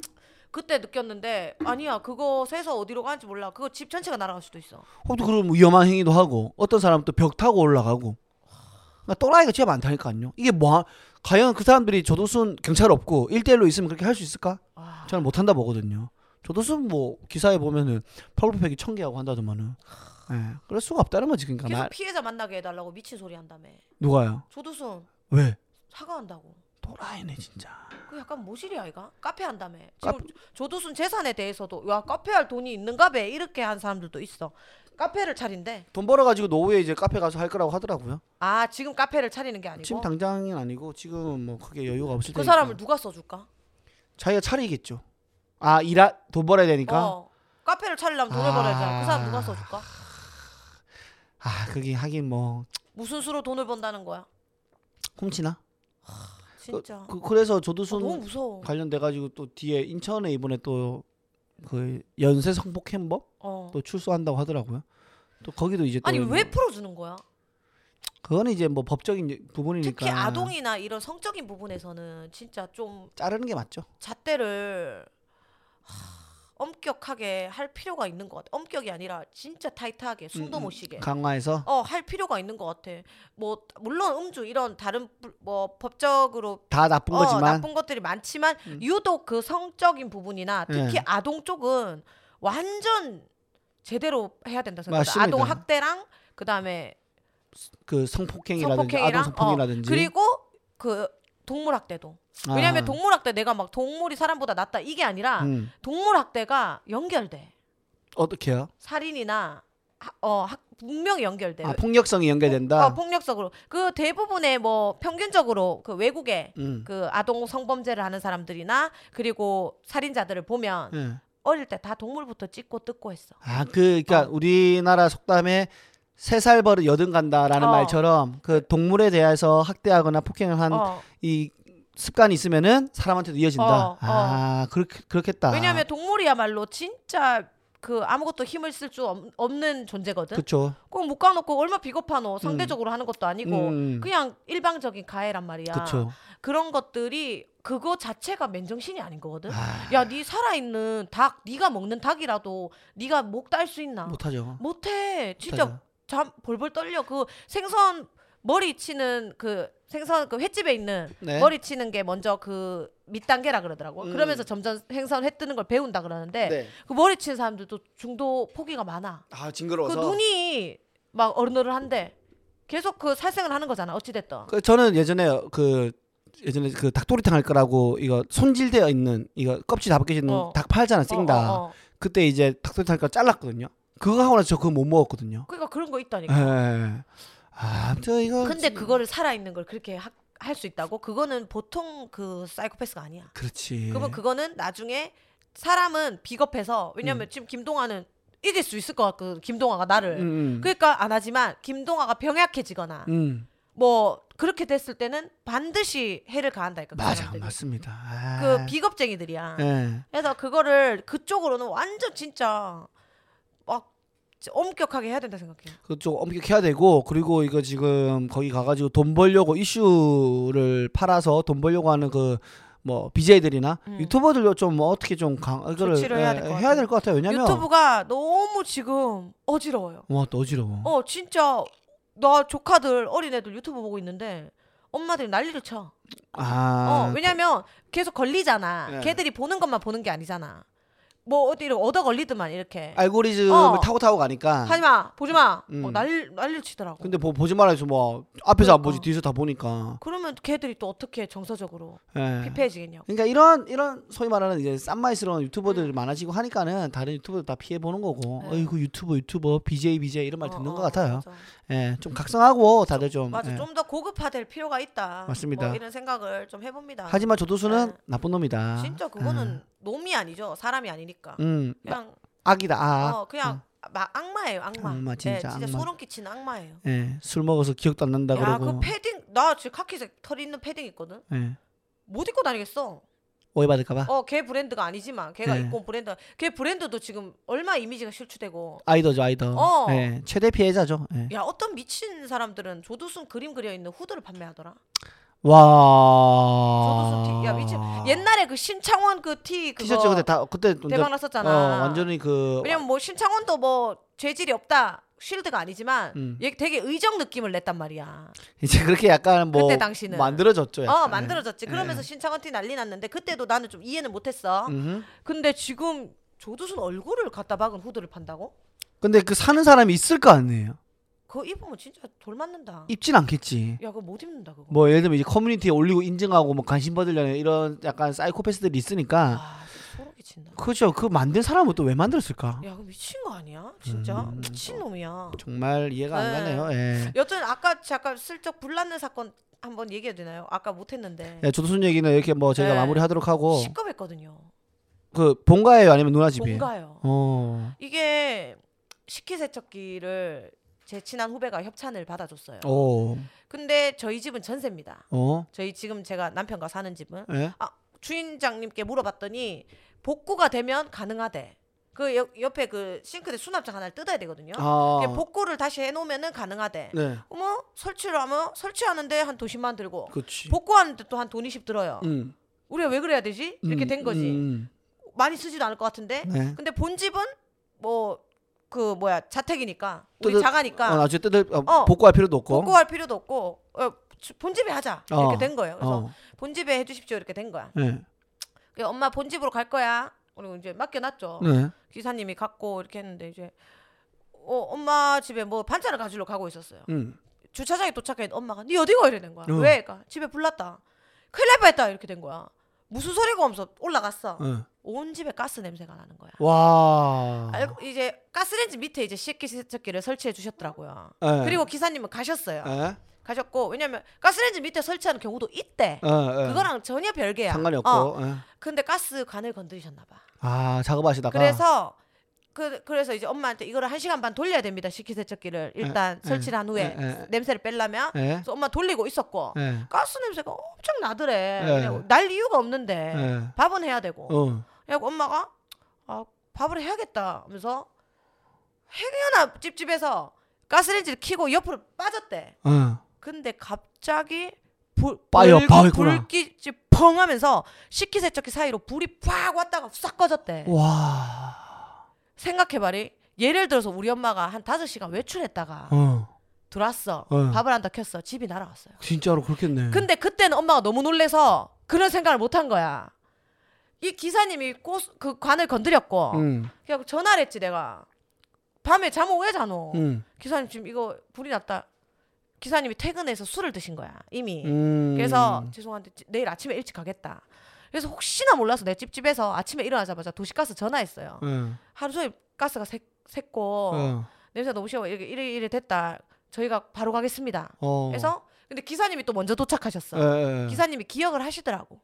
Speaker 1: 그때 느꼈는데 아니야 그거 새서 어디로 가는지 몰라. 그거 집 전체가 날아갈 수도 있어.
Speaker 2: 혹도 그런 위험한 행위도 하고 어떤 사람은 또 벽 타고 올라가고 그러니까 또라이가 진짜 많다니까요. 이게 뭐 하- 과연 그 사람들이 조도순 경찰 없고 일대일로 있으면 그렇게 할 수 있을까?
Speaker 1: 와.
Speaker 2: 저는 못한다 보거든요. 조도순 뭐 기사에 보면은 팔굽혀펴기 천 개하고 한다더만은 예, 그럴 수가 없다는 거지 그러니까
Speaker 1: 계속
Speaker 2: 말-
Speaker 1: 피해자 만나게 해달라고 미친 소리 한다며.
Speaker 2: 누가요?
Speaker 1: 조두순
Speaker 2: 왜?
Speaker 1: 사과한다고.
Speaker 2: 또라이네 진짜.
Speaker 1: 그 약간 모질이 아이가? 카페 한다며.
Speaker 2: 카페-
Speaker 1: 지금 조두순 재산에 대해서도 야 카페 할 돈이 있는가배 이렇게 한 사람들도 있어. 카페를 차린대.
Speaker 2: 돈 벌어가지고 노후에 이제 카페 가서 할 거라고 하더라고요.
Speaker 1: 아 지금 카페를 차리는 게
Speaker 2: 지금
Speaker 1: 아니고
Speaker 2: 당장은 아니고 지금 뭐 크게 여유가 없을
Speaker 1: 그
Speaker 2: 테니까.
Speaker 1: 사람을 누가 써줄까?
Speaker 2: 자기가 차리겠죠. 아 일하 돈 벌어야 되니까.
Speaker 1: 어. 카페를 차리려면 돈을
Speaker 2: 그러니까? 아.
Speaker 1: 벌어야잖아. 그 사람 누가 써줄까?
Speaker 2: 아 그게 하긴 뭐
Speaker 1: 무슨 수로 돈을 번다는 거야?
Speaker 2: 훔치나?
Speaker 1: 진짜.
Speaker 2: 그, 그래서
Speaker 1: 아, 너무
Speaker 2: 조두순
Speaker 1: 무서워.
Speaker 2: 관련돼 가지고 또 뒤에 인천에 이번에 또 그 연쇄 성폭 행법
Speaker 1: 어.
Speaker 2: 또 출소한다고 하더라고요. 또 거기도 이제 또
Speaker 1: 아니
Speaker 2: 이런
Speaker 1: 왜
Speaker 2: 거.
Speaker 1: 풀어주는 거야?
Speaker 2: 그거는 이제 뭐 법적인 부분이니까
Speaker 1: 특히 아동이나 이런 성적인 부분에서는 진짜 좀
Speaker 2: 자르는 게 맞죠.
Speaker 1: 잣대를 하, 엄격하게 할 필요가 있는 것 같아. 엄격이 아니라 진짜 타이트하게 숨도
Speaker 2: 음,
Speaker 1: 못
Speaker 2: 음.
Speaker 1: 쉬게.
Speaker 2: 강화해서
Speaker 1: 어 할 필요가 있는 것 같아. 뭐 물론 음주 이런 다른 불- 뭐 법적으로
Speaker 2: 다 나쁜
Speaker 1: 어,
Speaker 2: 거지만 음.
Speaker 1: 나쁜 것들이 많지만 유독 그 성적인 부분이나 특히
Speaker 2: 네.
Speaker 1: 아동 쪽은 완전 제대로 해야 된다 생각해.
Speaker 2: 맞습니다.
Speaker 1: 아동 학대랑 그다음에
Speaker 2: 그 성폭행이라든지
Speaker 1: 성폭행이랑
Speaker 2: 아동 성폭행이라든지 아,
Speaker 1: 어, 그리고 그 동물 학대도. 왜냐하면 동물 학대 내가 막 동물이 사람보다 낫다 이게 아니라
Speaker 2: 음.
Speaker 1: 동물 학대가 연결돼.
Speaker 2: 어떻게요?
Speaker 1: 살인이나
Speaker 2: 살인이나
Speaker 1: 하- 어 학- 분명히 연결돼.
Speaker 2: 아, 폭력성이 연결된다.
Speaker 1: 네, 어, 폭력적으로 그 대부분의 뭐 평균적으로 그 외국에
Speaker 2: 음.
Speaker 1: 그 아동 성범죄를 하는 사람들이나 그리고 살인자들을 보면
Speaker 2: 예.
Speaker 1: 어릴 때 다 동물부터 찍고 뜯고 했어.
Speaker 2: 아, 그 그러니까 우리나라 속담에 세 살 버릇 여든 간다라는
Speaker 1: 어.
Speaker 2: 말처럼 그 동물에 대해서 학대하거나 폭행을 한
Speaker 1: 어,
Speaker 2: 이 습관이 있으면은 사람한테도 이어진다.
Speaker 1: 어, 어.
Speaker 2: 아, 그렇 그렇겠다.
Speaker 1: 왜냐하면 동물이야말로 진짜 그 아무것도 힘을 쓸 수 없는 존재거든.
Speaker 2: 그렇죠.
Speaker 1: 꼭 묶어놓고 얼마 비겁하노 상대적으로 하는 것도 아니고
Speaker 2: 음.
Speaker 1: 그냥 일방적인 가해란 말이야.
Speaker 2: 그렇죠.
Speaker 1: 런 것들이 그거 자체가 맨정신이 아닌 거거든.
Speaker 2: 아,
Speaker 1: 야, 네 살아있는 닭, 네가 먹는 닭이라도 네가 목 딸 수 있나?
Speaker 2: 못하죠.
Speaker 1: 못해. 진짜
Speaker 2: 못하죠.
Speaker 1: 잠 벌벌 떨려. 그 생선 머리 치는 그 생선 그 횟집에 있는
Speaker 2: 네.
Speaker 1: 머리 치는 게 먼저 그 밑단계라 그러더라고.
Speaker 2: 음. 네.
Speaker 1: 그러면서 점점 생선 회 뜨는 걸 배운다 그러는데 그 머리 치는 사람들도 중도 포기가 많아.
Speaker 2: 아,
Speaker 1: 그
Speaker 2: 징그러워서.
Speaker 1: 눈이 막 어른어른한데 계속 그 살생을 하는 거잖아. 어찌 됐든.
Speaker 2: 그 저는 예전에 그 예전에 그 닭도리탕 할 거라고 이거 손질되어 있는 이거 껍질 다 벗겨지는
Speaker 1: 어.
Speaker 2: 닭 팔잖아 생다
Speaker 1: 어, 어, 어.
Speaker 2: 그때 이제 닭도리탕 할 거 잘랐거든요 그거 하고 나서 저 그거 못 먹었거든요
Speaker 1: 그러니까 그런 거 있다니까.
Speaker 2: 예. 아, 아무튼 이거
Speaker 1: 근데 그거를 살아있는 걸 그렇게 할 수 있다고? 그거는 보통 그 사이코패스가 아니야.
Speaker 2: 그렇지
Speaker 1: 그러면 그거는 나중에 사람은 비겁해서 왜냐면 지금 김동아는 이길 수 있을 것 같고 김동아가 나를
Speaker 2: 음, 음.
Speaker 1: 그러니까 안 하지만 김동아가 병약해지거나
Speaker 2: 음.
Speaker 1: 뭐 그렇게 됐을 때는 반드시 해를 가한다니까 그
Speaker 2: 맞아
Speaker 1: 사람들이.
Speaker 2: 맞습니다 아.
Speaker 1: 그 비겁쟁이들이야
Speaker 2: 예.
Speaker 1: 그래서 그거를 그쪽으로는 완전 진짜 막 진짜 엄격하게 해야 된다 생각해요
Speaker 2: 그쪽 엄격해야 되고 그리고 이거 지금 거기 가가지고 돈 벌려고 이슈를 팔아서 돈 벌려고 하는 그 뭐 BJ들이나
Speaker 1: 음.
Speaker 2: 유튜버들도 좀뭐 어떻게 좀 강, 이거를
Speaker 1: 조치를 해야 될것 같아요.
Speaker 2: 될것 같아요. 왜냐면
Speaker 1: 유튜브가 너무 지금 어지러워요
Speaker 2: 와, 또 어지러워.
Speaker 1: 어 진짜 나 조카들 어린애들 유튜브 보고 있는데 엄마들이 난리를 쳐
Speaker 2: 아,
Speaker 1: 어, 왜냐면 계속 걸리잖아.
Speaker 2: 네.
Speaker 1: 걔들이 보는 것만 보는 게 아니잖아. 뭐 어디 이렇게 얻어 걸리더만 이렇게
Speaker 2: 알고리즘을
Speaker 1: 어.
Speaker 2: 타고 타고 가니까.
Speaker 1: 하지마 보지마
Speaker 2: 아, 음.
Speaker 1: 어, 날 난리를 치더라고
Speaker 2: 근데 뭐 보지 말아서 뭐 앞에서 안 보지
Speaker 1: 그러니까.
Speaker 2: 뒤에서 다 보니까.
Speaker 1: 그러면 걔들이 또 어떻게 정서적으로
Speaker 2: 예.
Speaker 1: 피폐해지겠냐고
Speaker 2: 그러니까 이런 이런 소위 말하는 이제 쌈마이스러운 유튜버들 이 많아지고 하니까는 다른 유튜버들 다 피해 보는 거고.
Speaker 1: 네.
Speaker 2: 어이구 유튜버 유튜버 BJ BJ 이런 말 듣는
Speaker 1: 어,
Speaker 2: 것
Speaker 1: 어,
Speaker 2: 같아요.
Speaker 1: 맞아.
Speaker 2: 예, 좀 각성하고 다들 좀.
Speaker 1: 맞아
Speaker 2: 예.
Speaker 1: 좀 더 고급화될 필요가 있다.
Speaker 2: 맞습니다.
Speaker 1: 뭐 이런 생각을 좀 해봅니다.
Speaker 2: 하지만 조두수는
Speaker 1: 네.
Speaker 2: 나쁜 놈이다.
Speaker 1: 진짜 그거는 놈이 아니죠. 사람이 아니니까.
Speaker 2: 예. 음
Speaker 1: 그냥
Speaker 2: 악이다. 아.
Speaker 1: 어 그냥 막 악마예요. 악마.
Speaker 2: 악마,
Speaker 1: 예,
Speaker 2: 진짜 악마.
Speaker 1: 소름 끼친 악마예요.
Speaker 2: 예, 술 먹어서 기억도 안 난다
Speaker 1: 야
Speaker 2: 그러고.
Speaker 1: 그 패딩 나 지금 카키색 털 있는 패딩 있거든.
Speaker 2: 예.
Speaker 1: 못 입고 다니겠어.
Speaker 2: 오해받을까봐.
Speaker 1: 어 걔 브랜드가 아니지만 걔가
Speaker 2: 아. 네.
Speaker 1: 입고 온 브랜드 걔 브랜드도 지금 얼마 이미지가 실추되고.
Speaker 2: 아이더죠 아이더.
Speaker 1: 어.
Speaker 2: 예, 최대 피해자죠. 예.
Speaker 1: 야 어떤 미친 사람들은 조두순 그림 그려 있는 후드를 판매하더라.
Speaker 2: 와.
Speaker 1: 조두순 티, 야 미친. 옛날에 그 신창원 그 티 그거
Speaker 2: 셔츠 그때 다 그때 아. 근데
Speaker 1: 대박
Speaker 2: 어,
Speaker 1: 났었잖아.
Speaker 2: 완전히 그
Speaker 1: 왜냐면 뭐 신창원도 뭐 죄질이 없다 쉴드가 아니지만
Speaker 2: 음.
Speaker 1: 얘 되게 의정 느낌을 냈단 말이야.
Speaker 2: 이제 그렇게 약간 뭐
Speaker 1: 그때 당시는.
Speaker 2: 만들어졌죠. 약간.
Speaker 1: 어 만들어졌지. 그러면서 신창원 티 난리 났는데 그때도 나는 좀 이해는 못했어.
Speaker 2: 예. 네. 음흠.
Speaker 1: 근데 지금 조두순 얼굴을 갖다 박은 후드를 판다고?
Speaker 2: 근데 그 사는 사람이 있을 거 아니에요.
Speaker 1: 그거 입으면 진짜 돌 맞는다.
Speaker 2: 입진 않겠지.
Speaker 1: 야 그거 못 입는다 그거.
Speaker 2: 뭐 예를 들면 이제 커뮤니티에 올리고 인증하고 뭐 관심 받으려는 이런 약간 사이코패스들이 있으니까
Speaker 1: 아 진짜 소름 끼친다.
Speaker 2: 그죠. 그 만든 사람은 또 왜 만들었을까?
Speaker 1: 야 그거 미친 거 아니야? 진짜
Speaker 2: 음.
Speaker 1: 미친 놈이야.
Speaker 2: 정말 이해가
Speaker 1: 네.
Speaker 2: 안 가네요. 예.
Speaker 1: 여튼 아까 잠깐 슬쩍 불났는 사건 한번 얘기해도 되나요? 아까 못했는데
Speaker 2: 예, 조두순 얘기는 이렇게 뭐 저희가
Speaker 1: 네.
Speaker 2: 마무리하도록 하고
Speaker 1: 시끄럽거든요.
Speaker 2: 그 본가예요 아니면 누나 집이에요?
Speaker 1: 뭔가요?
Speaker 2: 어.
Speaker 1: 이게 식기세척기를 제 친한 후배가 협찬을 받아줬어요.
Speaker 2: 어.
Speaker 1: 근데 저희 집은 전세입니다.
Speaker 2: 어.
Speaker 1: 저희 지금 제가 남편과 사는 집은
Speaker 2: 예.
Speaker 1: 주인장님께 물어봤더니 복구가 되면 가능하대. 그 옆, 옆에 그 싱크대 수납장 하나를 뜯어야 되거든요.
Speaker 2: 아.
Speaker 1: 이게 복구를 다시 해놓으면은 가능하대.
Speaker 2: 네.
Speaker 1: 어머 설치를 하면 설치하는데 한 도십만 들고
Speaker 2: 그렇지.
Speaker 1: 복구하는데 또 한 돈 이십 들어요.
Speaker 2: 음.
Speaker 1: 우리가 왜 그래야 되지? 이렇게
Speaker 2: 음,
Speaker 1: 된 거지.
Speaker 2: 음,
Speaker 1: 많이 쓰지도 않을 것 같은데
Speaker 2: 음. 네.
Speaker 1: 근데 본집은 뭐 그 뭐야 자택이니까 우리
Speaker 2: 뜯어-
Speaker 1: 자가니까
Speaker 2: 어, 나중에 뜯을 어,
Speaker 1: 그러니까 어.
Speaker 2: 복구할 필요도 없고.
Speaker 1: 복구할 필요도 없고 어, 주- 본집에 하자
Speaker 2: 어.
Speaker 1: 이렇게 된 거예요. 그래서
Speaker 2: 어.
Speaker 1: 본집에 해주십시오 이렇게 된 거야.
Speaker 2: 네.
Speaker 1: 그래서 엄마 본집으로 갈 거야. 그리고 이제 맡겨놨죠.
Speaker 2: 네.
Speaker 1: 기사님이 갖고 이렇게 했는데 이제 어, 엄마 집에 뭐 반찬을 가지러 가고 있었어요.
Speaker 2: 음.
Speaker 1: 주차장에 도착했는데 엄마가 네 어디 가 이래 된 거야.
Speaker 2: 어.
Speaker 1: 왜? 그러니까 집에 불났다. 큰일 날 뻔했다 이렇게 된 거야. 무슨 소리가 없어 올라갔어.
Speaker 2: 네.
Speaker 1: 온 집에 가스 냄새가 나는 거야.
Speaker 2: 와.
Speaker 1: 알고 이제 가스레인지 밑에 이제 식기세척기를 설치해 주셨더라고요.
Speaker 2: 예.
Speaker 1: 아. 그리고 기사님은 가셨어요.
Speaker 2: 예.
Speaker 1: 가셨고 왜냐면 가스레인지 밑에 설치하는 경우도 있대.
Speaker 2: 예, 예.
Speaker 1: 그거랑 전혀 별개야.
Speaker 2: 상관이 없고.
Speaker 1: 어,
Speaker 2: 예.
Speaker 1: 근데 가스 관을 건드리셨나 봐.
Speaker 2: 아 작업하시다가.
Speaker 1: 그래서 그 그래서 이제 엄마한테 이거를 한 시간 반 돌려야 됩니다. 식기세척기를 일단
Speaker 2: 예,
Speaker 1: 설치를 한 후에
Speaker 2: 예, 예.
Speaker 1: 냄새를 뺄라면
Speaker 2: 예.
Speaker 1: 그래서 엄마 돌리고 있었고
Speaker 2: 예.
Speaker 1: 가스 냄새가 엄청 나더래.
Speaker 2: 예.
Speaker 1: 그냥 날 이유가 없는데
Speaker 2: 예.
Speaker 1: 밥은 해야 되고.
Speaker 2: 어.
Speaker 1: 그래갖고 엄마가 아, 밥을 해야겠다 하면서 행여나 찝찝해서 가스레인지를 켜고 옆으로 빠졌대.
Speaker 2: 어.
Speaker 1: 근데 갑자기 불,
Speaker 2: 빠여,
Speaker 1: 불-
Speaker 2: 빠였구나.
Speaker 1: 불빛이 펑 하면서 식기세척기 사이로 불이 팍 왔다가 싹 꺼졌대.
Speaker 2: 와.
Speaker 1: 생각해봐리. 예를 들어서 우리 엄마가 한 다섯 시간 외출했다가
Speaker 2: 어.
Speaker 1: 들어왔어.
Speaker 2: 어.
Speaker 1: 밥을 한다 켰어. 집이 날아갔어요.
Speaker 2: 진짜로 그렇겠네.
Speaker 1: 근데 그때는 엄마가 너무 놀래서 그런 생각을 못 한 거야. 이 기사님이 꽃, 그 관을 건드렸고
Speaker 2: 음.
Speaker 1: 그래갖고 전화를 했지 내가 밤에 잠 왜 자노
Speaker 2: 음.
Speaker 1: 기사님 지금 이거 불이 났다 기사님이 퇴근해서 술을 드신 거야 이미
Speaker 2: 음.
Speaker 1: 예. 그래서 죄송한데 지- 내일 아침에 일찍 가겠다 그래서 혹시나 몰라서 내 찝찝해서 아침에 일어나자마자 도시가스 전화했어요
Speaker 2: 예.
Speaker 1: 하루 종일 가스가 새, 샜고
Speaker 2: 어.
Speaker 1: 냄새 너무 심하고 이렇게 이래 이래 됐다 저희가 바로 가겠습니다
Speaker 2: 어.
Speaker 1: 그래서 근데 기사님이 또 먼저 도착하셨어
Speaker 2: 예, 예, 예.
Speaker 1: 기사님이 기억을 하시더라고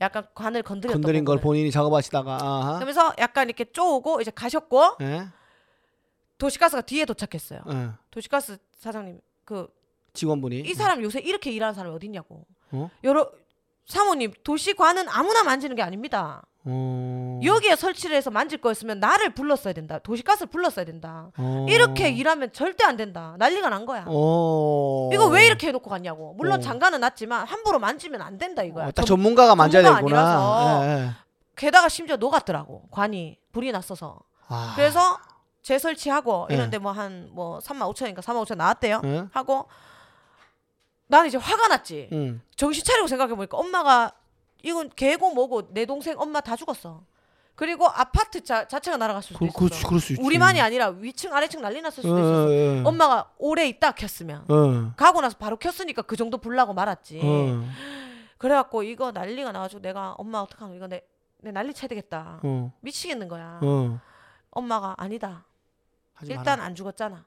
Speaker 1: 약간 관을 건드렸던
Speaker 2: 건드린 걸
Speaker 1: 부분을.
Speaker 2: 본인이 작업하시다가. 아하.
Speaker 1: 그러면서 약간 이렇게 쪼오고 이제 가셨고
Speaker 2: 예.
Speaker 1: 도시가스가 뒤에 도착했어요.
Speaker 2: 예.
Speaker 1: 도시가스 사장님 그 이
Speaker 2: 직원분이.
Speaker 1: 사람 요새 이렇게 일하는 사람이 어딨냐고.
Speaker 2: 네. 어?
Speaker 1: 여러 사모님 도시관은 아무나 만지는 게 아닙니다.
Speaker 2: 어.
Speaker 1: 여기에 설치를 해서 만질 거였으면 나를 불렀어야 된다. 도시가스를 불렀어야 된다.
Speaker 2: 어.
Speaker 1: 이렇게 일하면 절대 안 된다. 난리가 난 거야.
Speaker 2: 어.
Speaker 1: 이거 왜 이렇게 해놓고 갔냐고. 물론
Speaker 2: 어.
Speaker 1: 장가는 났지만 함부로 만지면 안 된다 이거야.
Speaker 2: 어, 딱
Speaker 1: 좀-
Speaker 2: 전문가가 만져야
Speaker 1: 전문가
Speaker 2: 되구나.
Speaker 1: 아니라서.
Speaker 2: 예, 예.
Speaker 1: 게다가 심지어 녹았더라고. 관이 불이 났어서.
Speaker 2: 아.
Speaker 1: 그래서 재설치하고
Speaker 2: 네.
Speaker 1: 이런데 뭐 한 뭐 3만 5천인가 3만 5천 나왔대요.
Speaker 2: 예?
Speaker 1: 하고 난 이제 화가 났지.
Speaker 2: 응.
Speaker 1: 정신 차리고 생각해 보니까 엄마가 이건 개고 뭐고 내 동생 엄마 다 죽었어. 그리고 아파트 자, 자체가 날아갈 수도
Speaker 2: 그, 그,
Speaker 1: 있었어.
Speaker 2: 그럴 수 있지.
Speaker 1: 우리만이 아니라 위층 아래층 난리 났을 수도 있었어.
Speaker 2: 예, 예.
Speaker 1: 엄마가 오래 있다 켰으면
Speaker 2: 예.
Speaker 1: 가고 나서 바로 켰으니까 그 정도 불나고 말았지.
Speaker 2: 어,
Speaker 1: 그래갖고 이거 난리가 나가지고 내가 엄마 어떡하노 이거 내, 내 난리 쳐야 되겠다.
Speaker 2: 어,
Speaker 1: 미치겠는 거야.
Speaker 2: 어.
Speaker 1: 엄마가 아니다.
Speaker 2: 하지 마라.
Speaker 1: 일단 안 죽었잖아.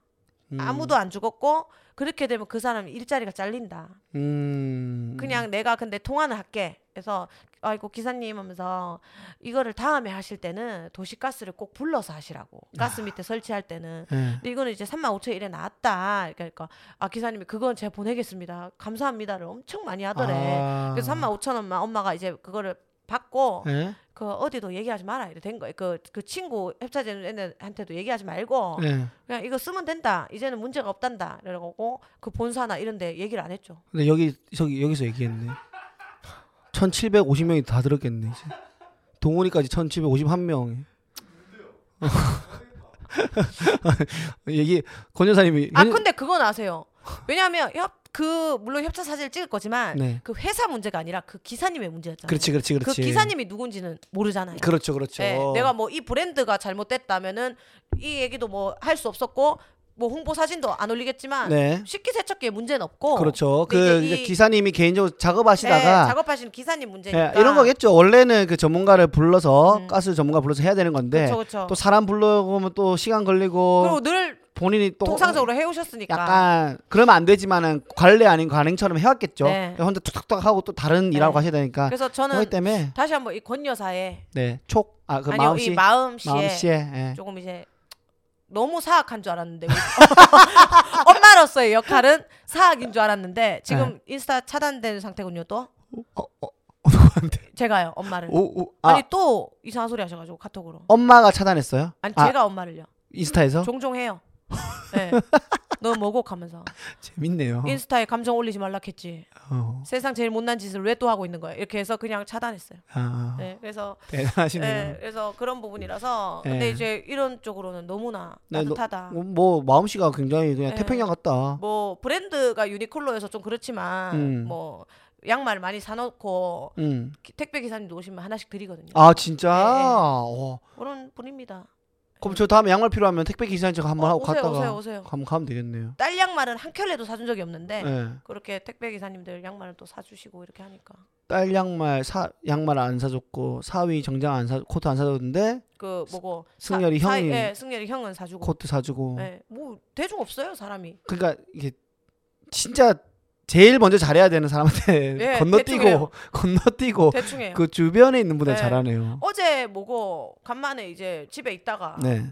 Speaker 2: 음.
Speaker 1: 아무도 안 죽었고 그렇게 되면 그 사람 일자리가 잘린다.
Speaker 2: 음.
Speaker 1: 그냥 내가 근데 통화는 할게. 그래서 아이고 기사님 하면서 이거를 다음에 하실 때는 도시가스를 꼭 불러서 하시라고.
Speaker 2: 아.
Speaker 1: 가스 밑에 설치할 때는.
Speaker 2: 예.
Speaker 1: 근데 이거는 이제 3만 5천 일에 나왔다. 그러니까 아 기사님이 그건 제가 보내겠습니다. 감사합니다를 엄청 많이 하더래.
Speaker 2: 아.
Speaker 1: 그래서 3만 5천 원만 엄마가 이제 그거를 받고
Speaker 2: 예?
Speaker 1: 그 어디도 얘기하지 마라 이래 된 거예요. 그, 그 친구 협찬되는 애들한테도 얘기하지 말고
Speaker 2: 예.
Speaker 1: 그냥 이거 쓰면 된다. 이제는 문제가 없단다. 이러고 그 본사나 이런데 얘기를 안 했죠.
Speaker 2: 근데 여기 저기 여기서 얘기했네. 1,750명이 다 들었겠네 이제. 동원이까지 1,751명. 얘기 권 여사님이
Speaker 1: 아 근데 그건 아세요. 왜냐하면 협 그 물론 협찬 사진을 찍을 거지만
Speaker 2: 네.
Speaker 1: 그 회사 문제가 아니라 그 기사님의 문제였잖아요.
Speaker 2: 그렇지 그렇지
Speaker 1: 그
Speaker 2: 그렇지.
Speaker 1: 기사님이 누군지는 모르잖아요.
Speaker 2: 그렇죠 그렇죠.
Speaker 1: 예, 내가 뭐 이 브랜드가 잘못됐다면은 이 얘기도 뭐 할 수 없었고 뭐 홍보 사진도 안 올리겠지만
Speaker 2: 네.
Speaker 1: 식기 세척기에 문제는 없고
Speaker 2: 그렇죠.
Speaker 1: 어. 근데
Speaker 2: 그
Speaker 1: 이제
Speaker 2: 이제
Speaker 1: 이-
Speaker 2: 기사님이 개인적으로 작업하시다가
Speaker 1: 예, 작업하시는 기사님 문제니까
Speaker 2: 예, 이런 거겠죠. 원래는 그 전문가를 불러서
Speaker 1: 음.
Speaker 2: 가스 전문가 불러서 해야 되는 건데
Speaker 1: 그렇죠, 그렇죠.
Speaker 2: 네. 또 사람 불러오면 또 시간 걸리고
Speaker 1: 그리고 늘
Speaker 2: 본인이 또
Speaker 1: 통상적으로 해오셨으니까
Speaker 2: 약간 그러면 안 되지만은 관례 아닌 관행처럼 해왔겠죠. 그러니까
Speaker 1: 네.
Speaker 2: 혼자 툭툭툭 하고 또 다른
Speaker 1: 네.
Speaker 2: 일하고 가셔야 되니까
Speaker 1: 그래서
Speaker 2: 그렇기
Speaker 1: 저는
Speaker 2: 때문에
Speaker 1: 다시 한번 이 권 여사의
Speaker 2: 네 촉 아 그
Speaker 1: 아니요
Speaker 2: 마음씨
Speaker 1: 이 마음씨에
Speaker 2: 마음씨에 예.
Speaker 1: 조금 이제 너무 사악한 줄 알았는데 엄마로서의 역할은 사악인 줄 알았는데 지금 인스타 차단된 상태군요 또
Speaker 2: 네. 어, 어, 어, 누구한테?
Speaker 1: 제가요 엄마를
Speaker 2: 오, 오, 아
Speaker 1: 아니 또 이상한 소리 하셔가지고 카톡으로
Speaker 2: 엄마가 차단했어요?
Speaker 1: 아니
Speaker 2: 아, 어?
Speaker 1: 제가 엄마를요
Speaker 2: 인스타에서
Speaker 1: 종종 해요 네. 너 뭐곡 하면서
Speaker 2: 어. 재밌네요.
Speaker 1: 인스타에 감정 올리지 말라했지
Speaker 2: 어,
Speaker 1: 세상 제일 못난 짓을 왜 또 하고 있는 거야 이렇게 해서 그냥 차단했어요
Speaker 2: 아,
Speaker 1: 네, 그래서
Speaker 2: 대단하시네요.
Speaker 1: 네, 그래서 그런 부분이라서
Speaker 2: 예.
Speaker 1: 근데 이제 이런 쪽으로는 너무나
Speaker 2: 네, 너-
Speaker 1: 따뜻하다
Speaker 2: 어, 뭐 마음씨가 굉장히 그냥
Speaker 1: 네.
Speaker 2: 태평양 같다.
Speaker 1: 뭐 브랜드가 유니클로여서 좀 그렇지만
Speaker 2: 음.
Speaker 1: 뭐 양말 많이 사놓고
Speaker 2: 음.
Speaker 1: 기- 택배 기사님도 오시면 하나씩 드리거든요.
Speaker 2: 아 진짜.
Speaker 1: 네, 네.
Speaker 2: 어.
Speaker 1: 그런 분입니다.
Speaker 2: 그럼 저 다음에 양말 필요하면 택배 기사한테 한번 하고
Speaker 1: 어, 오세요,
Speaker 2: 갔다가
Speaker 1: 오세요, 오세요.
Speaker 2: 가면 가면 되겠네요.
Speaker 1: 딸 양말은 한 켤레도 사준 적이 없는데
Speaker 2: 네.
Speaker 1: 그렇게 택배 기사님들 양말을 또 사주시고 이렇게 하니까
Speaker 2: 딸 양말 사 양말 안 사줬고 사위 정장 안 사 코트 안 사줬는데
Speaker 1: 그 뭐고 사-
Speaker 2: 승열이
Speaker 1: 사-
Speaker 2: 형이
Speaker 1: 예, 승열이 형은 사주고
Speaker 2: 코트 사주고
Speaker 1: 예, 뭐 대중 없어요 사람이
Speaker 2: 그러니까 이게 진짜 제일 먼저 잘해야 되는 사람한테
Speaker 1: 예, 대충
Speaker 2: 건너뛰고 건너뛰고
Speaker 1: 대충해요.
Speaker 2: 그 주변에 있는 분들
Speaker 1: 네.
Speaker 2: 잘하네요.
Speaker 1: 어제 뭐고 간만에 이제 집에 있다가
Speaker 2: 네.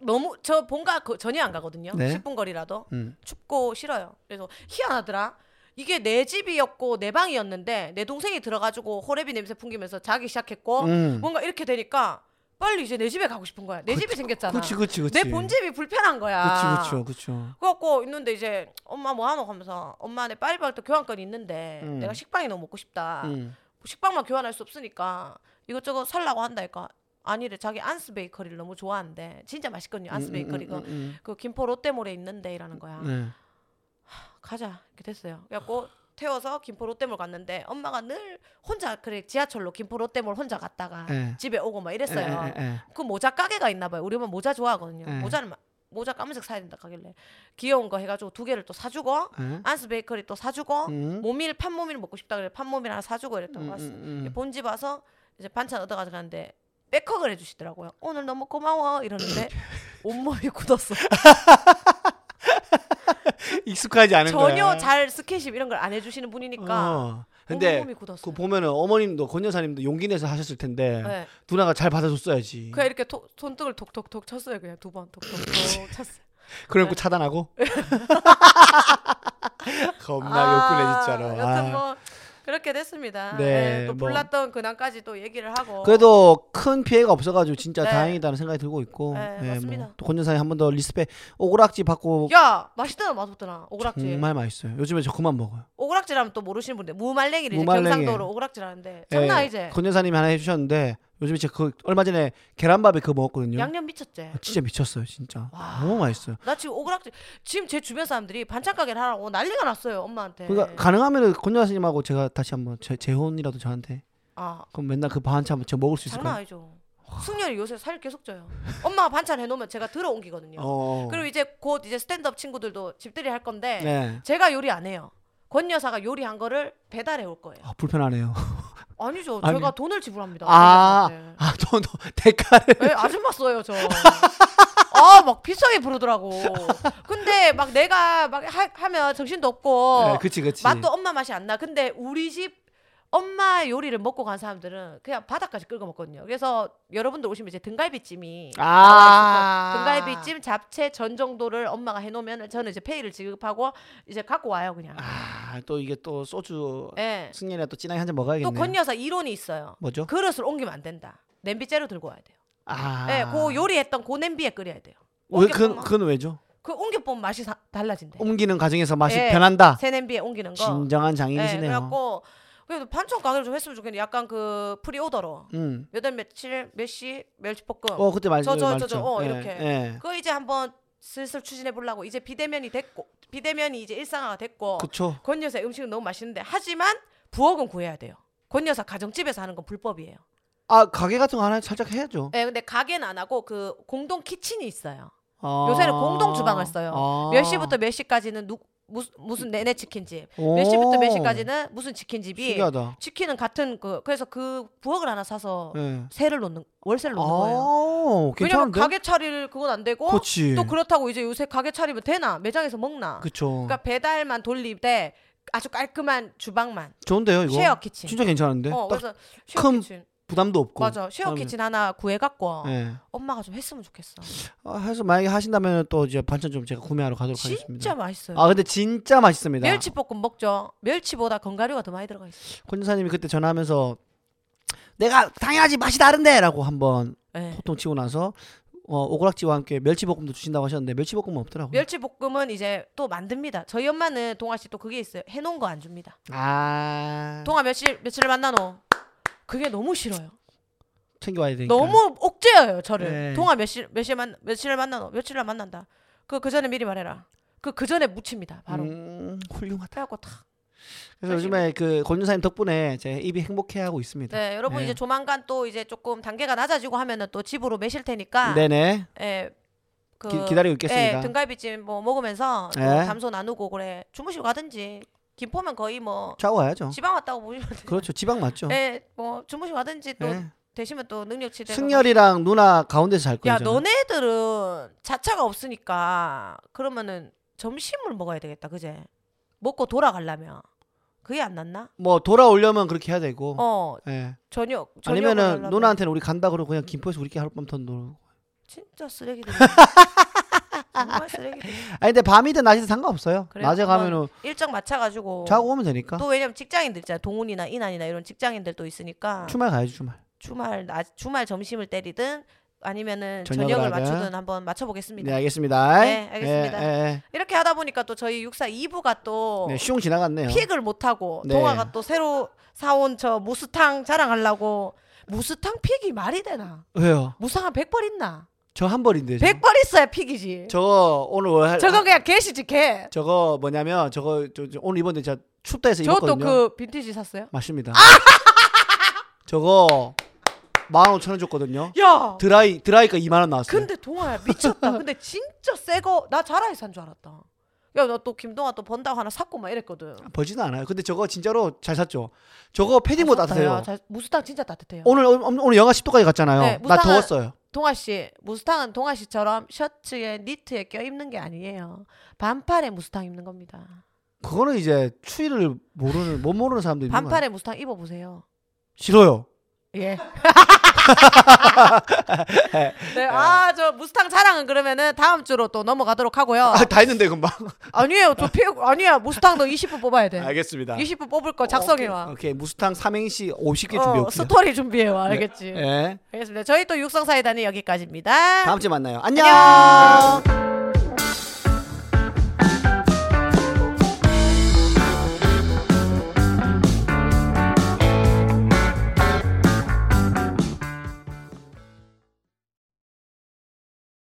Speaker 1: 너무 저 본가 그 전이 안 가거든요.
Speaker 2: 네.
Speaker 1: 10분 거리라도
Speaker 2: 음.
Speaker 1: 춥고 싫어요. 그래서 희한하더라. 이게 내 집이었고 내 방이었는데 내 동생이 들어가지고 호레비 냄새 풍기면서 자기 시작했고
Speaker 2: 음.
Speaker 1: 뭔가 이렇게 되니까 빨리 이제 내 집에 가고 싶은 거야. 내 집이 생겼잖아.
Speaker 2: 그렇지 그렇지 그렇지.
Speaker 1: 내 본집이 불편한 거야.
Speaker 2: 그렇지 그렇죠 그렇죠.
Speaker 1: 그래갖고 있는데 이제 엄마 뭐 하노 하면서 엄마 내 파리바게뜨 교환권이 있는데
Speaker 2: 음.
Speaker 1: 내가 식빵이 너무 먹고 싶다.
Speaker 2: 음.
Speaker 1: 뭐 식빵만 교환할 수 없으니까 이것저것 살라고 한다니까 아니래 자기 안스 베이커리를 너무 좋아하는데 진짜 맛있거든요. 안스
Speaker 2: 음,
Speaker 1: 베이커리가
Speaker 2: 음, 음,
Speaker 1: 그 김포 롯데몰에 있는데 이라는 거야.
Speaker 2: 음. 네.
Speaker 1: 가자 이렇게 됐어요. 그래갖고 태워서 김포 롯데몰 갔는데 엄마가 늘 혼자 그래 지하철로 김포 롯데몰 혼자 갔다가
Speaker 2: 예.
Speaker 1: 집에 오고 막 이랬어요.
Speaker 2: 예, 예, 예.
Speaker 1: 그 모자 가게가 있나 봐요. 우리 엄마 모자 좋아하거든요.
Speaker 2: 네.
Speaker 1: 모자는 마- 모자 까만색 사야 된다 하길래 귀여운 거 해가지고 두 개를 또 사주고
Speaker 2: 예.
Speaker 1: 안스 베이커리 또 사주고
Speaker 2: 음.
Speaker 1: 모밀 판모밀 먹고 싶다 그래 판모밀 하나 사주고 이랬던
Speaker 2: 음,
Speaker 1: 거 같습니다. 뭐
Speaker 2: 음, 음.
Speaker 1: 본집 와서 이제 반찬 얻어가지고 갔는데 백허그를 해주시더라고요. 오늘 너무 고마워 이러는데 온몸이 굳었어.
Speaker 2: 익숙하지 않은 거야.
Speaker 1: 전혀 잘 스킨십 이런 걸 안 해주시는 분이니까
Speaker 2: 어. 근데
Speaker 1: 온몸이 굳었어요.
Speaker 2: 그 보면은 어머님도 권 여사님도 용기 내서 하셨을 텐데
Speaker 1: 네.
Speaker 2: 누나가 잘 받아줬어야지.
Speaker 1: 그냥 이렇게 톡- 손등을 톡톡톡 쳤어요. 그냥 두 번 톡톡톡 쳤어요.
Speaker 2: 그래놓고 차단하고. 겁나 욕을 해 진짜로. 아.
Speaker 1: 여튼 뭐 그렇게 됐습니다.
Speaker 2: 네,
Speaker 1: 네, 또
Speaker 2: 뭐.
Speaker 1: 불났던 근황까지 또 얘기를 하고.
Speaker 2: 그래도 큰 피해가 없어가지고 진짜
Speaker 1: 네.
Speaker 2: 다행이다는 생각이 들고 있고. 예, 뭐
Speaker 1: 네, 맞습니다.
Speaker 2: 또권 여사님 한 번 더 리스펙 어, 오그락지 받고
Speaker 1: 야 맛있더나 맛없더나 오그락질.
Speaker 2: 정말 맛있어요. 요즘에 저 그만 먹어요.
Speaker 1: 오그락질하면 또 모르시는 분들 무말랭이를 이제
Speaker 2: 무말랭이. 네.
Speaker 1: 경상도로 오그락질하는데 장난 아니지.
Speaker 2: 예, 권 여사님이 하나 해주셨는데 요즘에 제가 그 얼마 전에 계란밥에 그거 먹었거든요.
Speaker 1: 양념 미쳤지.
Speaker 2: 아, 진짜 미쳤어요 진짜.
Speaker 1: 와.
Speaker 2: 너무 맛있어요.
Speaker 1: 나 지금 오그락질 지금 제 주변 사람들이 반찬 가게를 하라고 난리가 났어요 엄마한테.
Speaker 2: 그러니까 가능하면은 권여사님하고 제가 다시 한번 재, 재혼이라도 저한테
Speaker 1: 아
Speaker 2: 그럼 맨날 그 반찬 저 먹을 수
Speaker 1: 장난
Speaker 2: 있을까?
Speaker 1: 아니죠. 승열이 요새 살 계속 쪄요. 엄마가 반찬 해놓으면 제가 들어옮기거든요.
Speaker 2: 어.
Speaker 1: 그리고 이제 곧 이제 스탠드업 친구들도 집들이 할 건데
Speaker 2: 네.
Speaker 1: 제가 요리 안 해요. 권 여사가 요리한 거를 배달해 올 거예요.
Speaker 2: 아, 불편하네요.
Speaker 1: 아니죠.
Speaker 2: 아니.
Speaker 1: 제가 돈을 지불합니다.
Speaker 2: 아.
Speaker 1: 권 여사한테.
Speaker 2: 아, 너, 너 대가를.
Speaker 1: 예, 아줌마 써요 저. 아 막 비싸게 부르더라고. 근데 막 내가 막 하, 면 정신도 없고
Speaker 2: 네, 그치, 그치.
Speaker 1: 어, 맛도 엄마 맛이 안 나. 근데 우리 집 엄마 요리를 먹고 간 사람들은 그냥 바닥까지 끌고 먹거든요. 그래서 여러분들 오시면 이제 등갈비찜이
Speaker 2: 아.
Speaker 1: 나와 있을 거예요. 등갈비찜, 잡채 전 정도를 엄마가 해놓으면 저는 이제 페이를 지급하고 이제 갖고 와요 그냥.
Speaker 2: 아, 또 이게 또 소주
Speaker 1: 예.
Speaker 2: 승리나 또 진하게 한잔 먹어야겠네.
Speaker 1: 또 권여사 이론이 있어요.
Speaker 2: 뭐죠?
Speaker 1: 그릇을 옮기면 안 된다. 냄비째로 들고 와야 돼요.
Speaker 2: 아.
Speaker 1: 예, 그 요리했던 그 냄비에 끓여야 돼요.
Speaker 2: 왜,
Speaker 1: 옮겨
Speaker 2: 그건,
Speaker 1: 보면-
Speaker 2: 그건 왜죠?
Speaker 1: 그 옮겨 보면 맛이 사- 달라진대.
Speaker 2: 옮기는 과정에서 맛이
Speaker 1: 예.
Speaker 2: 변한다.
Speaker 1: 새 냄비에 옮기는 거.
Speaker 2: 진정한
Speaker 1: 예,
Speaker 2: 장인이시네요.
Speaker 1: 그래갖고 그래도 반찬 가게를 좀 했으면 좋겠는데 약간 그 프리오더로
Speaker 2: 음.
Speaker 1: 몇월 며칠 몇 시 멸치볶음.
Speaker 2: 어, 그때 말,
Speaker 1: 저, 저,
Speaker 2: 말했죠.
Speaker 1: 저, 저, 어,
Speaker 2: 예,
Speaker 1: 이렇게.
Speaker 2: 예.
Speaker 1: 그거 이제 한번 슬슬 추진해 보려고 이제 비대면이 됐고 비대면이 이제 일상화가 됐고
Speaker 2: 그쵸.
Speaker 1: 권 여사 음식은 너무 맛있는데 하지만 부엌은 구해야 돼요. 권 여사 가정집에서 하는 건 불법이에요.
Speaker 2: 아, 가게 같은 거 하나 살짝 해야죠.
Speaker 1: 예, 근데 가게는 안 하고 그 공동 키친이 있어요.
Speaker 2: 아.
Speaker 1: 요새는 공동 주방을 써요.
Speaker 2: 아.
Speaker 1: 몇 시부터 몇 시까지는 누, 무슨, 무슨 내내 치킨집. 몇
Speaker 2: 오.
Speaker 1: 시부터 몇 시까지는 어, 무슨 치킨집이
Speaker 2: 신기하다.
Speaker 1: 치킨은 같은 그 그래서 그 부엌을 하나 사서
Speaker 2: 예.
Speaker 1: 세를 놓는 월세를 놓는 거예요.
Speaker 2: 아,
Speaker 1: 왜냐면
Speaker 2: 괜찮은데?
Speaker 1: 가게 차릴 그건 안 되고
Speaker 2: 그렇지.
Speaker 1: 또 그렇다고 이제 요새 가게 차리면 되나 매장에서 먹나. 그,
Speaker 2: 예. 그쵸.
Speaker 1: 러니까 배달만 돌리되 아주 깔끔한 주방만
Speaker 2: 좋은데요, 아, 이거?
Speaker 1: 쉐어 키친.
Speaker 2: 진짜 괜찮은데?
Speaker 1: 어
Speaker 2: 딱
Speaker 1: 그래서 쉐어
Speaker 2: 큰
Speaker 1: 키친
Speaker 2: 부담도 없고.
Speaker 1: 맞아 쉐어
Speaker 2: 그다음에-
Speaker 1: 키친 하나 구해갖고
Speaker 2: 예.
Speaker 1: 엄마가 좀 했으면 좋겠어.
Speaker 2: 아, 해서 만약에 하신다면 또 이제 반찬 좀 제가 구매하러 가도록 하겠습니다.
Speaker 1: 진짜 맛있어요.
Speaker 2: 아 네. 근데 진짜 맛있습니다.
Speaker 1: 멸치볶음 먹죠. 멸치보다 건가류가 더 많이 들어가 있어.
Speaker 2: 권사님이 그때 전화하면서 내가 당연하지 맛이 다른데라고 한번
Speaker 1: 예.
Speaker 2: 호통 치고 나서 어, 오그락지와 함께 멸치볶음도 주신다고 하셨는데 멸치볶음은 없더라고요.
Speaker 1: 멸치볶음은 이제 또 만듭니다. 저희 엄마는 동아 씨 또 그게 있어요. 해놓은 거 안 줍니다.
Speaker 2: 아
Speaker 1: 동아 며칠 며칠을 만나노. 그게 너무 싫어요.
Speaker 2: 챙겨와야 되니까.
Speaker 1: 너무 억제해요 저를.
Speaker 2: 그러니까. 네.
Speaker 1: 동아 며칠 며칠 만 며칠을 만나노. 며칠을 만난다. 그 그 전에 미리 말해라. 그 그 전에 묻힙니다. 바로.
Speaker 2: 음, 훌륭하다.
Speaker 1: 그래갖고 탁.
Speaker 2: 그래서 요즘에 그 권유사님 덕분에 제 입이 행복해하고 있습니다.
Speaker 1: 네 여러분
Speaker 2: 네.
Speaker 1: 이제 조만간 또 이제 조금 단계가 낮아지고 하면은 또 집으로 매실 테니까.
Speaker 2: 네네
Speaker 1: 예. 그
Speaker 2: 기, 기다리고 있겠습니다.
Speaker 1: 예, 등갈비찜 뭐 먹으면서 또
Speaker 2: 네.
Speaker 1: 담소 나누고 그래 주무시고 가든지 김포면 거의 뭐
Speaker 2: 자고 와야죠.
Speaker 1: 지방 왔다고 보시면 돼요.
Speaker 2: 그렇죠. 지방 맞죠.
Speaker 1: 예, 뭐 주무시고 가든지 또
Speaker 2: 예.
Speaker 1: 되시면 또 능력치대.
Speaker 2: 승열이랑 누나 가운데서 잘 거예요.
Speaker 1: 야
Speaker 2: 저는.
Speaker 1: 너네들은 자차가 없으니까 그러면은 점심을 먹어야 되겠다 그제 먹고 돌아가려면 그게 안 낫나?
Speaker 2: 뭐 돌아오려면 그렇게 해야 되고.
Speaker 1: 어
Speaker 2: 예.
Speaker 1: 저녁 저녁을
Speaker 2: 아니면은
Speaker 1: 하려면
Speaker 2: 누나한테는 우리 간다 그러고 그냥 김포에서 우리끼리 하룻밤 더 놀고.
Speaker 1: 진짜 쓰레기들 정말 쓰레기들
Speaker 2: 아니 근데 밤이든 낮이든 상관없어요.
Speaker 1: 그래요?
Speaker 2: 낮에
Speaker 1: 한번
Speaker 2: 가면은
Speaker 1: 일정 맞춰가지고
Speaker 2: 자고 오면 되니까.
Speaker 1: 또 왜냐면 직장인들 있잖아 동훈이나 이난이나 이런 직장인들 또 있으니까
Speaker 2: 주말 가야지 주말.
Speaker 1: 주말 낮 주말 점심을 때리든 아니면은
Speaker 2: 저녁을
Speaker 1: 저녁을
Speaker 2: 하든.
Speaker 1: 맞추든 한번 맞춰보겠습니다.
Speaker 2: 네 알겠습니다.
Speaker 1: 네, 알겠습니다.
Speaker 2: 예, 예,
Speaker 1: 이렇게 하다 보니까 또 저희 육사 2부가 또
Speaker 2: 예. 네, 슝 지나갔네요.
Speaker 1: 픽을 못 하고
Speaker 2: 네.
Speaker 1: 동아가 또 새로 사온 저 무스탕 자랑하려고 무스탕 픽이 말이 되나?
Speaker 2: 왜요?
Speaker 1: 무상한 100벌 있나?
Speaker 2: 저 한 벌인데. 저.
Speaker 1: 100벌 있어야 픽이지.
Speaker 2: 저거 아, 오늘 월 할-
Speaker 1: 저거 그냥 개시지 개.
Speaker 2: 저거 뭐냐면 저거 저, 저 오늘 입었는데 제가 춥다 해서
Speaker 1: 저것도
Speaker 2: 입었거든요.
Speaker 1: 그 빈티지 샀어요?
Speaker 2: 맞습니다. 저거 15,000원 줬거든요.
Speaker 1: 야.
Speaker 2: 드라이 드라이가 2만 원 나왔어요.
Speaker 1: 근데 동아야 미쳤다. 근데 진짜 새거나 자라에 산 줄 알았다. 야 나 또 김동아 또 번다고 하나 샀고 막 이랬거든.
Speaker 2: 벌지는 않아요. 근데 저거 진짜로 잘 샀죠. 저거 패딩보다 따뜻해요.
Speaker 1: 아, 무스탕 진짜 따뜻해요.
Speaker 2: 오늘 음, 오늘 영하 10도까지 갔잖아요.
Speaker 1: 네,
Speaker 2: 나
Speaker 1: 무상한-
Speaker 2: 더웠어요.
Speaker 1: 동아 씨, 무스탕은 동아 씨처럼 셔츠에 니트에 껴 입는 게 아니에요. 반팔에 무스탕 입는 겁니다.
Speaker 2: 그거는 이제 추위를 모르는 못 모르는 사람들이 있는 거야.
Speaker 1: 반팔에 무스탕 입어 보세요.
Speaker 2: 싫어요.
Speaker 1: 예. 네, 아 저 무스탕 자랑은 그러면은 다음 주로 또 넘어가도록 하고요.
Speaker 2: 아, 다 했는데 금방.
Speaker 1: 아니에요, 저 피, 아니야 무스탕도 20분 뽑아야 돼.
Speaker 2: 알겠습니다.
Speaker 1: 20분 뽑을 거 작성해와.
Speaker 2: 오케이. 무스탕 삼행시 50개
Speaker 1: 어,
Speaker 2: 준비해 올게요.
Speaker 1: 스토리 준비해와 알겠지.
Speaker 2: 예.
Speaker 1: 알겠습니다. 저희 또 육성사이다는 여기까지입니다.
Speaker 2: 다음 주에 만나요. 안녕.
Speaker 1: 안녕.